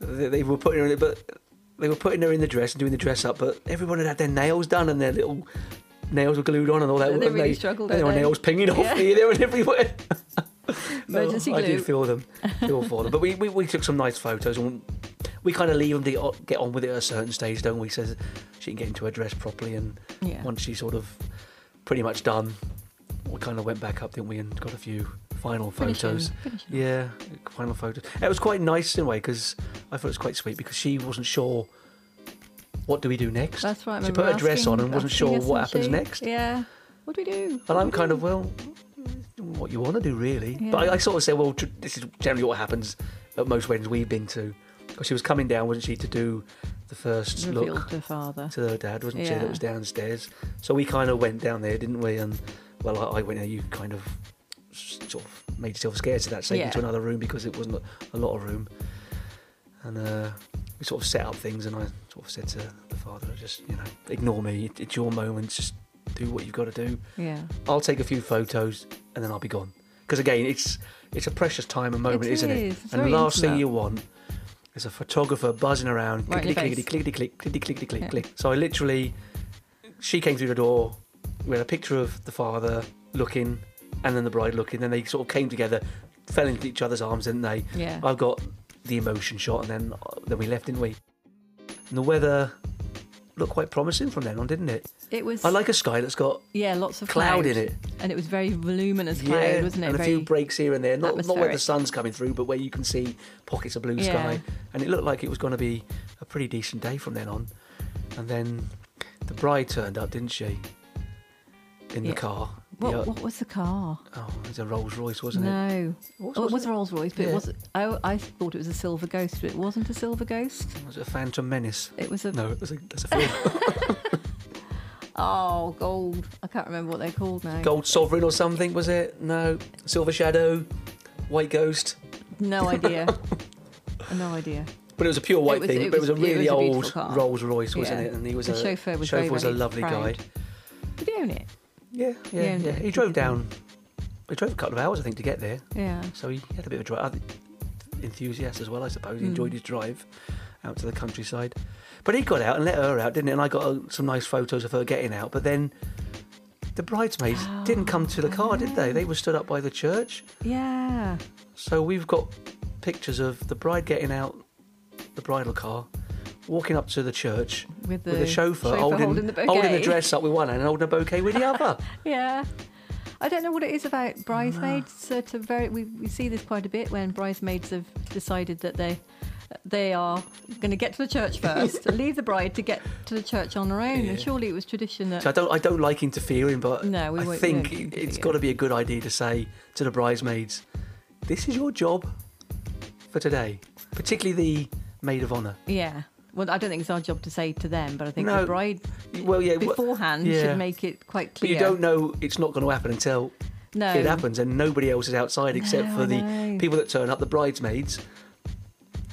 they, they were putting her in it, but they were putting her in the dress and doing the dress up. But everyone had had their nails done and their little nails were glued on and all that. They and really struggled, and There were don't they? nails pinging off Yeah. here, there, and everywhere. *laughs* *laughs* Emergency I glue. did feel them, feel for them. But we, we, we took some nice photos and we kind of leave them to get on- get on with it at a certain stage, don't we? Says she can get into her dress properly and Yeah. once she's sort of pretty much done, we kind of went back up, didn't we, and got a few final Finish him, photos. finish him. Yeah, final photos. It was quite nice in a way because I thought it was quite sweet because she wasn't sure what do we do next. That's right. I She remember put her dress asking- on and wasn't asking sure us, what wasn't happens she? next. Yeah. What do we do? And What I'm do we kind do? of well, what you want to do, really. But Yeah. I, I sort of say, well, tr- this is generally what happens at most weddings we've been to. 'Cause she was coming down, wasn't she, to do the first revealed look to father. to her dad, wasn't she? Yeah. That was downstairs. So we kind of went down there, didn't we? And well, I, I went there. You kind of s- sort of made yourself scared to that, taken Yeah. to another room because it wasn't a lot of room. And uh, we sort of set up things, and I sort of said to the father, just you know, ignore me. It- It's your moment. Just do what you've got to do. Yeah. I'll take a few photos, and then I'll be gone. Because again, it's it's a precious time and moment, It isn't it? is. It's and the very last thing intimate. you want is a photographer buzzing around, Right in clickety clickety your face. clickety click, clickety clickety click, Yeah. click. So I literally, she came through the door. We had a picture of the father looking, and then the bride looking. Then they sort of came together, fell into each other's arms, didn't they? Yeah. I got the emotion shot, and then uh, then we left, didn't we? And the weather looked quite promising from then on, didn't it? It was. I like a sky that's got yeah, lots of cloud, cloud, in it. and it was very voluminous cloud, wasn't it? And a very, few breaks here and there, not, not where the atmospheric. sun's coming through, but where you can see pockets of blue Yeah. sky. And it looked like it was going to be a pretty decent day from then on. And then the bride turned up, didn't she? In the Yeah. car. what, The, uh, what was the car? oh, it was a Rolls Royce, wasn't it? no, What Oh, it was was a Rolls Royce, but Yeah. it was. I, I thought it was a silver ghost, but it wasn't a silver ghost. it? Was it a Phantom Menace? It was a No, it was a, *laughs* that's a film. oh gold. I can't remember what they're called now. Gold Sovereign or something, was it? No. Silver Shadow, White Ghost. *laughs* No idea. no idea. But it was a pure white was- thing. it but it was was- a it was really a beautiful old car. Rolls Royce, wasn't Yeah. it? And he was The a chauffeur was chauffeur very, was a very lovely proud. guy. Did he own it? Yeah, yeah, Yeah, yeah. and it- He drove down. He drove a couple of hours, I think, to get there. Yeah. So he had a bit of a drive. I think- Enthusiast as well, I suppose. He enjoyed Mm. his drive out to the countryside. But he got out and let her out, didn't he? And I got uh, some nice photos of her getting out. But then the bridesmaids didn't come to the car, did they? They were stood up by the church. Yeah. So we've got pictures of the bride getting out the bridal car, walking up to the church With the, with the chauffeur, holding, holding the bouquet. holding the dress up with one hand and holding a bouquet with the other. *laughs* Yeah. I don't know what it is about bridesmaids. Uh, to very, we, we see this quite a bit when bridesmaids have decided that they they are going to get to the *laughs* church first, leave the bride to get to the church on her own. And Yeah. surely it was tradition that So I don't, I don't like interfering, but No, we I won't- think we it- won't it's interfere. got to be a good idea to say to the bridesmaids, "This is your job for today," particularly the maid of honour. Yeah. Well, I don't think it's our job to say to them, but I think No. the bride Well, yeah, well, beforehand yeah. should make it quite But clear. you don't know it's not going to happen until no. it happens, and nobody else is outside except No, for I the know. people that turn up, the bridesmaids,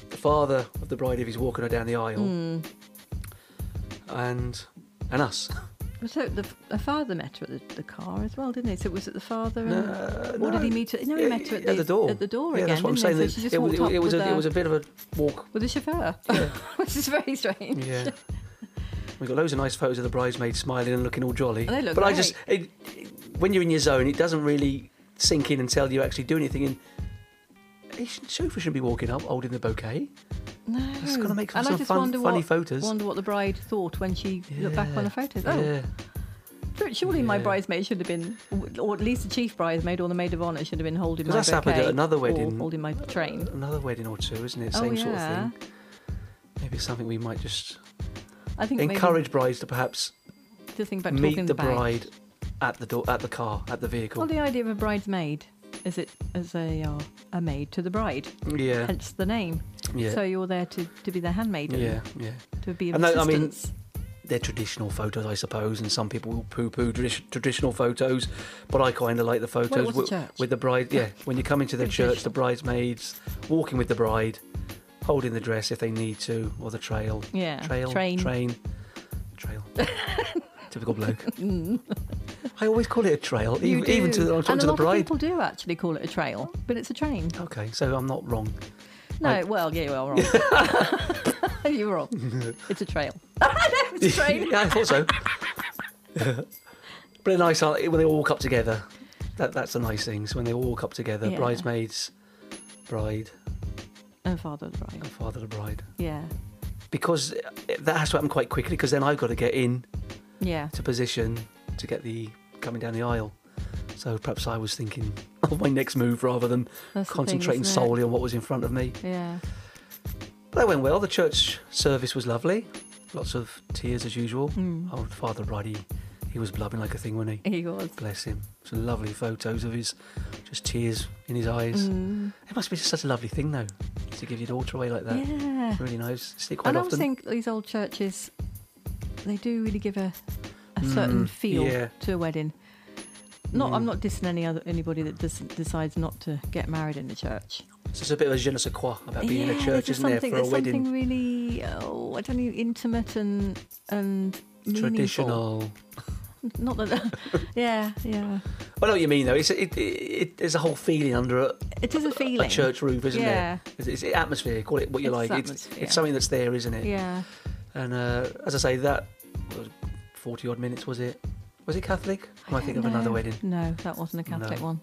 the father of the bride if he's walking her down the aisle, Mm. and and us. So the, the father met her at the, the car as well, didn't he? So was it the father? And, No, or did he no. meet her? No, he Yeah, met her at yeah, the, door. At the door yeah, again. that's what I'm didn't saying. he? So she just it, was- walked up it was with, a, a, it was a bit of a walk with a chauffeur, *laughs* which is very strange. *laughs* Yeah. We've got loads of nice photos of the bridesmaids smiling and looking all jolly. They look but I just, it, it- when you're in your zone, it doesn't really sink in until you actually do anything. And hey, sh- chauffeur shouldn't be walking up holding the bouquet. No. That's going to make and I some just fun, wonder funny what, photos. Wonder what the bride thought when she looked back on the photos. Oh, Yeah. surely my Yeah. bridesmaid should have been, or at least the chief bridesmaid or the maid of honour should have been holding my Because that's happened at bouquet another or wedding. holding my train. Another wedding or two, isn't it? Oh, Same sort yeah. of thing. Maybe it's something we might just I think maybe encourage brides to perhaps to think about meet talking the back. bride at the door, at the car, at the vehicle. Well, the idea of a bridesmaid is it as a uh, a maid to the bride, yeah, hence the name. yeah, So you're there to, to be their handmaiden, yeah, yeah. to be of And that- I mean- assistance. they're traditional photos, I suppose, and some people will poo-poo tradi- traditional photos, but I kind of like the photos was a with, church. with the bride. *laughs* Yeah, when you come into the Very church, the traditional. bridesmaids walking with the bride, holding the dress if they need to, or the trail, yeah, trail, train. train, *laughs* trail. Typical bloke. I always call it a trail, Mm. You even, even do. to, the- I'm talking and to a the lot of bride. people do actually call it a trail, but it's a train. Okay, so I'm not wrong. No, I- well, yeah, *laughs* you are wrong. *laughs* you were wrong. It's a trail. *laughs* no, it's a train. *laughs* yeah, I thought *laughs* so. but a nice when they all walk up together. That that's the nice things when they all walk up together. Yeah. Bridesmaids, bride, and father of the bride. and father of the bride. Yeah, Because it- that has to happen quite quickly. Because then I've got to get in yeah. to position to get the coming down the aisle. So perhaps I was thinking *laughs* of my next move rather than That's the thing, concentrating isn't it? solely on what was in front of me. Yeah. But that went well. The church service was lovely. Lots of tears as usual. Mm. Old Father Bride, he, He was blubbing like a thing, wasn't he? He was. Bless him. Some lovely photos of his, just tears in his eyes. Mm, It must be just such a lovely thing, though, to give your daughter away like that. yeah. It's Really nice. See it quite And I always often. think these old churches, they do really give a, a certain Mm, feel yeah. to a wedding. Not, I'm Mm. not dissing any other anybody that does, decides not to get married in the church. It's just a bit of a je ne sais quoi about being in a Yeah, church, there's isn't there, something- for a there's wedding? Something really, oh, I don't know, intimate and and meaningful. Traditional. *laughs* Not that, *laughs* yeah, yeah. I know what you mean, though. It's it, it, it, there's a whole feeling under a, It is a feeling. a church roof, isn't Yeah. there? It's, it's atmosphere. Call it what you It's like. It's, atmosphere. it's something that's there, isn't it? Yeah, And uh, as I say, that was forty odd minutes was it? Was it Catholic? Or Am I don't thinking of another know. wedding? No, that wasn't a No. Catholic one.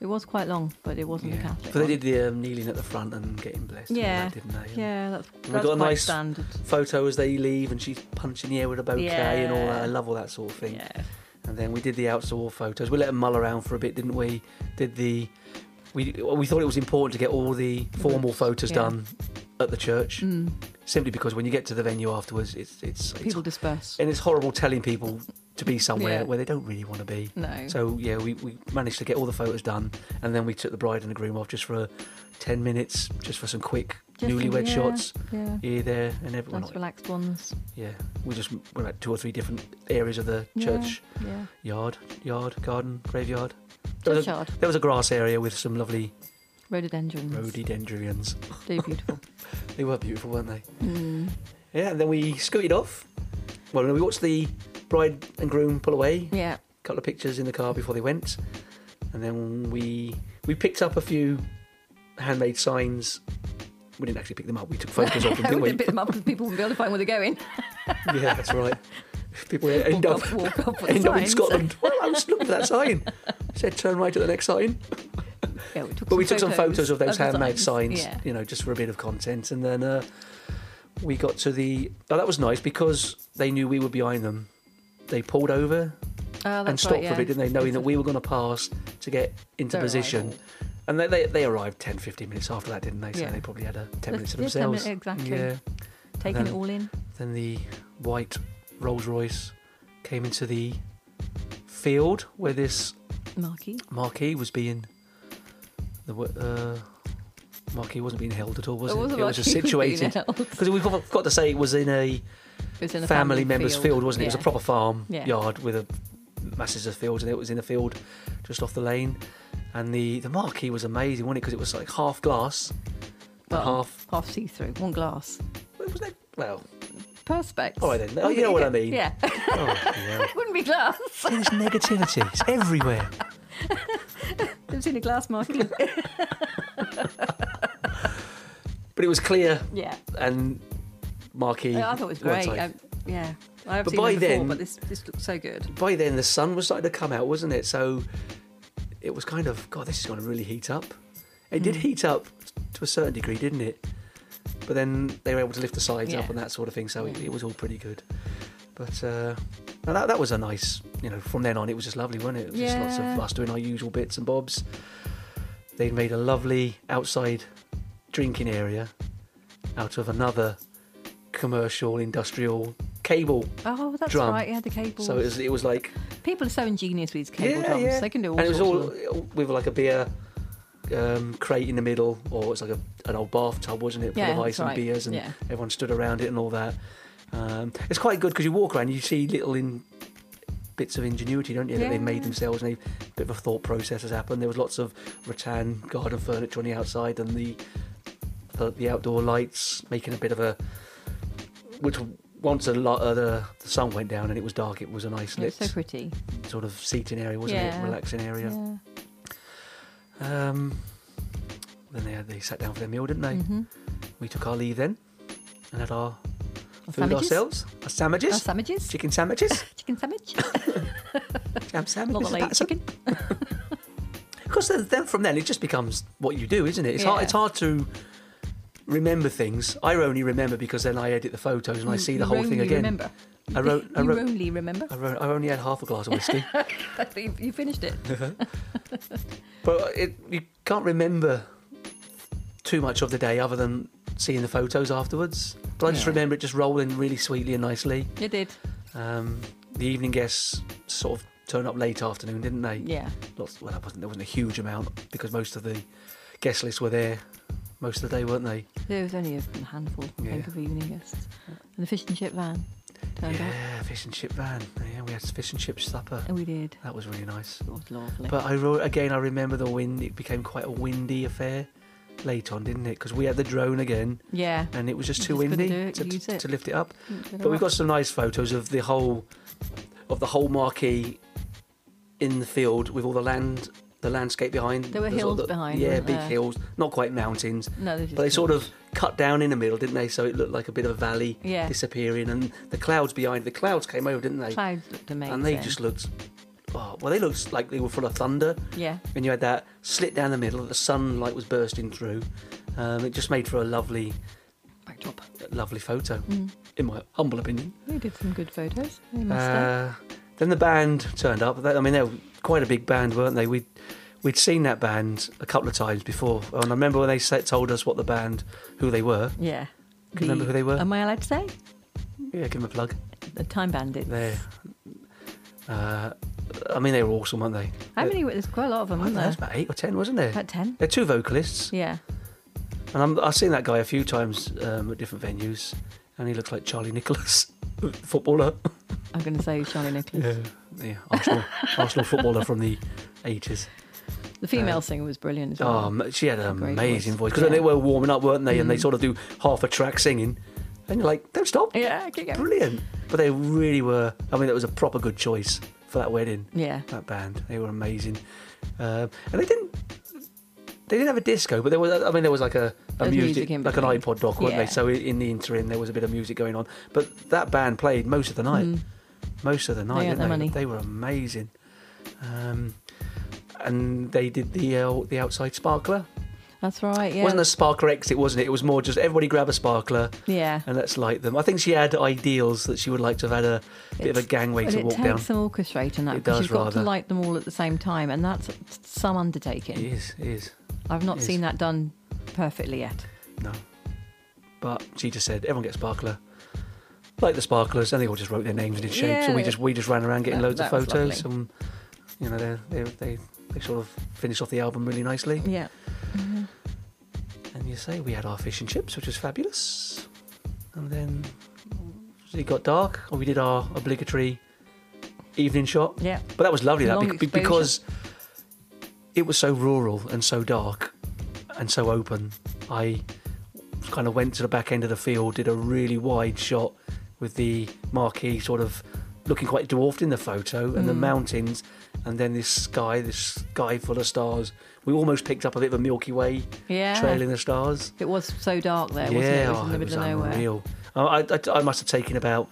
It was quite long, but it wasn't a Yeah. Catholic. But they one. did the um, kneeling at the front and getting blessed. and all Yeah. that, didn't they? And Yeah, that's, we that's got a quite nice standard. Photo as they leave, and she's punching the air with a bouquet and all that. I Yeah. love all that sort of thing. Yeah. And then we did the outdoor photos. We let them mull around for a bit, didn't we? Did the we we thought it was important to get all the formal photos Yeah. done at the church, Mm, simply because when you get to the venue afterwards, it's it's, it's people disperse. and it's horrible telling people to be somewhere Yeah. where they don't really want to be. No. So yeah, we, we managed to get all the photos done, and then we took the bride and the groom off just for uh, ten minutes, just for some quick Just- newlywed yeah, shots Yeah. here, there, and everyone. Nice relaxed ones. Yeah, we just went at two or three different areas of the Yeah. church Uh, Yeah. yard, yard, garden, graveyard. There was, a, Churchyard. there was a grass area with some lovely Rhododendrons. rhododendrons. *laughs* They're beautiful. They were beautiful, weren't they? Mm, Yeah, and then we scooted off. Well, no, we watched the bride and groom pull away. *laughs* Yeah. couple of pictures in the car before they went, and then we we picked up a few handmade signs. We didn't actually pick them up. We took photos *laughs* of them, didn't we we? did pick them up because people wouldn't be able to find where they're going. yeah, that's *laughs* right. People *laughs* end walk up up, walk up *laughs* with end up in signs. Scotland. Well, I was looking for that sign. It said turn right at the next sign. *laughs* Yeah, we took But we took some photos of those the handmade signs, Yeah. Oh, you know, just for a bit of content. And then uh, we got to the. Oh, that was nice because they knew we were behind them. They pulled over Oh, that's and stopped right, yeah. for a bit, didn't they? Knowing that we were going to pass to get into Their position. arrival. And they, they, they arrived 10, 15 minutes after that, didn't they? So Yeah. they probably had a 10 Yeah, minutes to 10 minutes, themselves. exactly. Yeah. Um, Taking then- it all in. Then the white Rolls Royce came into the field where this Marky. marquee was being. The wo- uh, marquee wasn't being held at all, was it? wasn't it was just marquee being situated. held. It Because we've got forgot to say it was in a was in a family, members' field, wasn't it? It was a Yeah. proper farm Yeah. yard with a masses of fields, and it was in a field just off the lane. And the the marquee was amazing, wasn't it? Because it was like half glass, Well, and half. half see through, one glass. Well, was that? Well, Perspex. All right then. Oh, you know what I mean. Yeah. *laughs* it oh, *laughs* yeah. wouldn't be glass. *laughs* There's negativity. It's everywhere. I've seen a glass *laughs* marquee. But it was clear yeah. and marquee. I thought it was great. weren't I? I, yeah. I have But seen by them before, then- but this this looks so good. By then, the sun was starting to come out, wasn't it? So it was kind of God. This is going to really heat up. It Hmm. did heat up to a certain degree, didn't it? But then they were able to lift the sides Yeah. up and that sort of thing, so it, Yeah. it was all pretty good. But uh, and that, that was a nice, you know. From then on, it was just lovely, wasn't it? It was just lots Yeah. of us doing our usual bits and bobs. They made a lovely outside drinking area out of another commercial industrial cable. Oh, that's Drum. right. Yeah, the cables. So it was it was like People are so ingenious with these cable drums. They can do all and it was sorts all of with like a beer um, crate in the middle, or it's like a, an old bathtub, wasn't it? Full Yeah, of that's ice and right. beers, and Yeah. everyone stood around it and all that. Um, it's quite good because you walk around, you see little in bits of ingenuity, don't you? That they've made Yeah. themselves, and a bit of a thought process has happened. There was lots of rattan garden furniture on the outside, and the the, the outdoor lights making a bit of a which. Once a lot of the, the sun went down and it was dark, it was a nice It was lit so pretty. sort of seating area, wasn't Yeah. it? Relaxing area. Yeah. Um, then they had, they sat down for their meal, didn't they? Mm-hmm. We took our leave then and had our Or food sandwiches? ourselves. Our Or sandwiches, sandwiches? chicken *laughs* sandwiches, Chicken *laughs* sandwich? jam Not sandwiches. that I eat chicken. Because then, then from then it just becomes what you do, isn't it? It's hard. Yeah. It's hard to remember things. I only remember because then I edit the photos and I see the Mm, You whole thing only again. Remember. I *laughs* wrote- I you wrote- only remember. I, wrote, I only had half a glass of whiskey, you, you finished it. *laughs* but it, you can't remember too much of the day other than seeing the photos afterwards. But I just Yeah. remember it just rolling really sweetly and nicely. You did. Um, the evening guests sort of turned up late afternoon, didn't they? Yeah. Lots. Well, that wasn't, there wasn't a huge amount because most of the guest lists were there most of the day, weren't they? There was only a handful I think, Yeah. of evening guests. And the fish and chip van turned up. yeah, fish and chip van. Yeah, we had fish and chip supper. And we did. That was really nice. It was lovely. But I wrote again. I remember the wind. It became quite a windy affair late on, didn't it? Because we had the drone again, yeah. and it was just You too just couldn't windy do it, to, use to- it. to lift it up. Couldn't get But we've them got some nice photos of the whole of the whole marquee in the field with all the land, the landscape behind. There were the sort of hills the- behind, Yeah, weren't big there? hills, not quite mountains, up. No, they just but they sort didn't. of cut down in the middle, didn't they? So it looked like a bit of a valley Yeah. disappearing, and the clouds behind. The clouds came over, didn't they? Clouds looked amazing. and they just looked. Oh, well, they looked like they were full of thunder, Yeah. and you had that slit down the middle. The sunlight was bursting through. Um, it just made for a lovely, Backdrop. lovely photo, Mm. in my humble opinion. We did some good photos. We must have. Uh, then the band turned up. They- I mean, they were quite a big band, weren't they? We we'd seen that band a couple of times before, and I remember when they said, told us what the band, who they were. Yeah. Can you remember who they were? Am I allowed to say? Yeah, give them a plug. The Time Bandits. There. Uh, I mean, they were awesome, weren't they? How many? were- There's quite a lot of them, There's weren't there? about eight or ten, wasn't there? About ten. They're two vocalists, Yeah. and I'm, I've seen that guy a few times um, at different venues, and he looks like Charlie Nicholas, *laughs* footballer. I'm going to say Charlie Nicholas. yeah, Arsenal, Arsenal footballer from the 80s. The female Uh, singer was brilliant as well. Oh, ma- she had an Great amazing voice voice. because they Yeah. were warming up, weren't they? And they Mm. sort of do half a track singing, and you're like, don't stop. yeah, keep going. Brilliant. But they really were. I mean, that was a proper good choice for that wedding. Yeah. That band, they were amazing, Um and they didn't. They didn't have a disco, but there was. I mean, there was like a, a There's music, music in like an between. iPod dock, weren't they? Yeah. So i- in the interim, there was a bit of music going on. But that band played most of the night. Mm. Most of the night, didn't earned their they? money. They were amazing. Um, and they did the uh, the outside sparkler. That's right. Yeah. Wasn't a sparkler exit, wasn't it? It was more just everybody grab a sparkler yeah. and let's light them. I think she had ideals that she would like to have had a bit of a It's- gangway But to it walk takes down. some orchestrating that It because does, you've got rather. to light them all at the same time, and that's some It undertaking. is, it is. I've not Yes. seen that done perfectly yet. No. But she just said, everyone get a sparkler. Like the sparklers, and they all just wrote their names and did shapes, and we Yeah. just we just ran around getting That- loads of that was photos, and you know they they they they sort of finished off the album really nicely. Yeah. Mm-hmm. And you say we had our fish and chips, which was fabulous. And then it got dark, and we did our obligatory evening shot. Yeah. But that was lovely, that Long bec- be- exposure. because it was so rural and so dark and so open. I kind of went to the back end of the field, did a really wide shot with the marquee sort of looking quite dwarfed in the photo, and the Mm. mountains, and then this sky, this sky full of stars. We almost picked up a bit of a Milky Way Yeah. trail in the stars. It was so dark there, yeah, wasn't it? It was oh, in the middle of nowhere. unreal. I, I- I must have taken about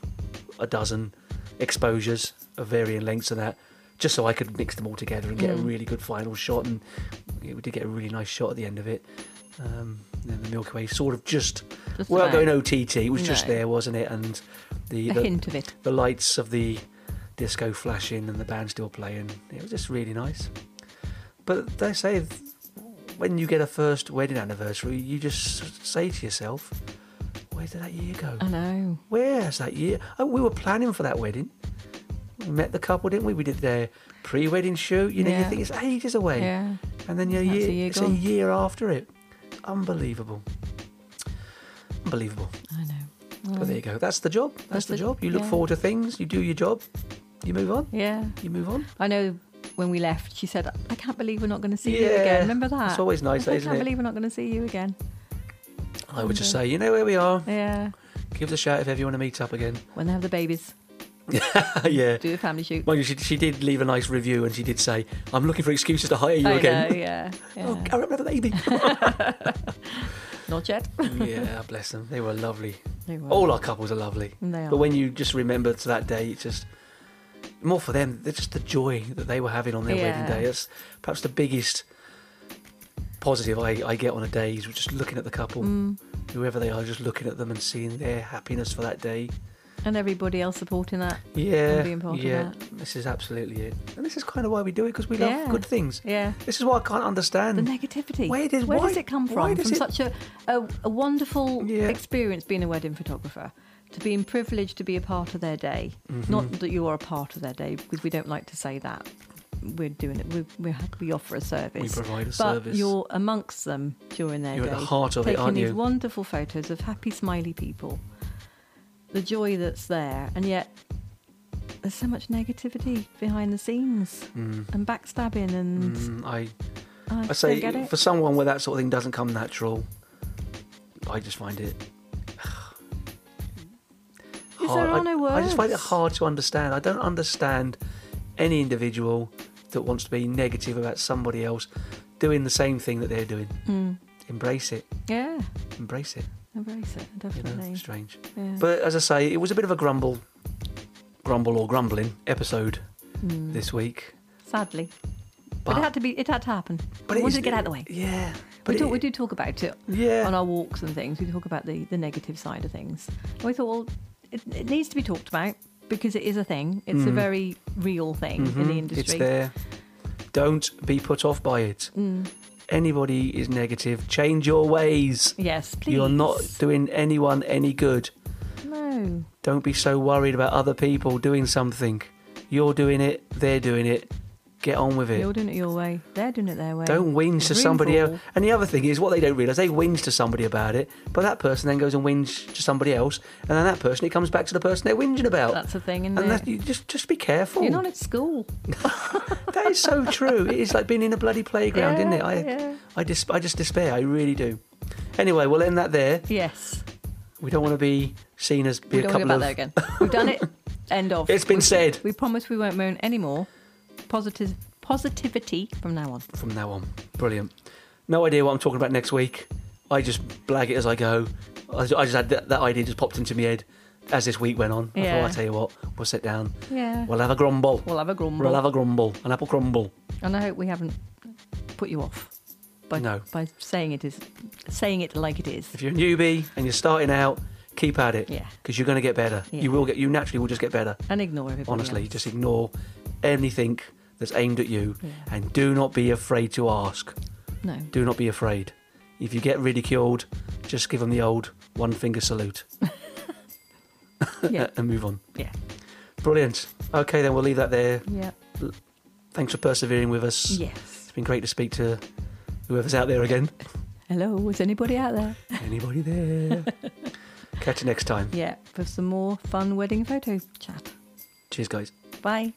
a dozen exposures of varying lengths of that, just so I could mix them all together and get a Mm. really good final shot. And we did get a really nice shot at the end of it. Um, and then the Milky Way sort of just, Just without about. going OTT, it was just No. there, wasn't it? And the a the, hint of it. the lights of the disco flashing and the band still playing. It was just really nice. But they say th- when you get a first wedding anniversary, you just say to yourself, "Where did that year go? I know. Where's that year? Oh, we were planning for that wedding. We met the couple, didn't we? We did their pre-wedding shoot. You know, you Yeah. think it's ages away, Yeah. and then your That's year, a year it's a gone. year after it. Unbelievable, unbelievable. I know. But Um, there you go. That's the job. That's, That's the, the- job. You look yeah. forward to things. You do your job. You move on. yeah. You move on. I know when we left, she said, I can't believe we're not going to see you Yeah. again. Remember that? It's always nice, I, said, I isn't can't it? believe we're not going to see you again. I would just say, you know where we are. Yeah. Give us a shout if ever you want to meet up again. *laughs* When they have the babies, yeah. do the family shoot. Mind you, she, she did leave a nice review and she did say, I'm looking for excuses to hire you I again. know, yeah. yeah. *laughs* Oh, Gary, I'm having a baby. *laughs* Not yet. yeah, bless them. They were lovely. They were. All our couples are lovely. They are. But when you just remember to that day, it's just more for them. It's just the joy that they were having on their wedding Yeah. day. That's perhaps the biggest positive I, I get on a day is just looking at the couple, Mm. whoever they are, just looking at them and seeing their happiness for that day. And everybody else supporting that. Yeah, being part of yeah. that. This is absolutely it, and this is kind of why we do it because we love Yeah. good things. Yeah. This is what I can't The understand. negativity. Where does- where why- does it come why from? does From it- such a, a, a wonderful Yeah. experience being a wedding photographer to being privileged to be a part of their day. Mm-hmm. Not that you are a part of their day, because we don't like to say that. We're doing it. We, we, we offer a service. We provide a but service. you're amongst them during their You're day. at the heart of it, taking aren't these you? wonderful photos of happy, smiley people. The joy that's there, and yet there's so much negativity behind the scenes Mm. and backstabbing, and Mm, I, I, I just say, don't get it. for someone where that sort of thing doesn't come natural, I just find it. Because there hard- are I, no I just find it words. hard to understand. I don't understand any individual that wants to be negative about somebody else doing the same thing that they're doing. Mm. Embrace it. Yeah, Embrace it. embrace it You know, definitely. strange. yeah. But as I say, it was a bit of a grumble, grumble or grumbling episode Mm. this week. Sadly, but, But it had to be. It had to happen. but I it wanted is- to get out of the way. Yeah. we, But talk, it- we do talk about it Yeah. on our walks and things. We talk about the, the negative side of things. And we thought, well, it, it needs to be talked about because it is a thing. It's a Mm. very real thing in the Mhm, industry. It's there. Don't be put off by it. Mm. Anybody is negative. Change your ways. Yes, please. You're not doing anyone any good. No. Don't be so worried about other people doing something. You're doing it, they're doing it. Get on with You're it. doing it your way. They're doing it their way. Don't whinge to Room somebody for else. And the other thing is, what they don't realise, they whinge to somebody about it, but that person then goes and whinge to somebody else, and then that person, it comes back to the person they're whinging about. That's a thing, and isn't that, it? you just, just be careful. You're not at school. That is so true. It is like being in a bloody playground, isn't it? Yeah, I, yeah. I, dis- I just despair. I really do. Anyway, we'll end that there. Yes. We don't want to be seen as be We a don't want to couple go back of. there again. We've *laughs* done it. End of. It's been we, said. We promise we won't moan anymore. Positive positivity from now on. From now on, brilliant. No idea what I'm talking about next week. I just blag it as I go. I just, I just had that, that idea just popped into my head as this week went on. I Yeah. thought, I tell you what, we'll sit down. Yeah. We'll have a grumble. We'll have a grumble. We'll have a grumble, an apple crumble. And I hope we haven't put you off by No. by saying it is saying it like it is. If you're a newbie and you're starting out, keep at it. Yeah. Because you're going to get better. Yeah. You will get. You naturally will just get better. And ignore everybody. honestly else. just ignore anything that's aimed at you Yeah. and do not be afraid to ask *laughs* no. do not be afraid if you get ridiculed just give them the old one finger salute Yeah. Uh, and move on Yeah. brilliant okay then we'll leave that there Yeah. thanks for persevering with us Yes. it's been great to speak to whoever's out there again Hello, is anybody out there? anybody there catch you next time Yeah, for some more fun wedding photo chat. cheers guys Bye.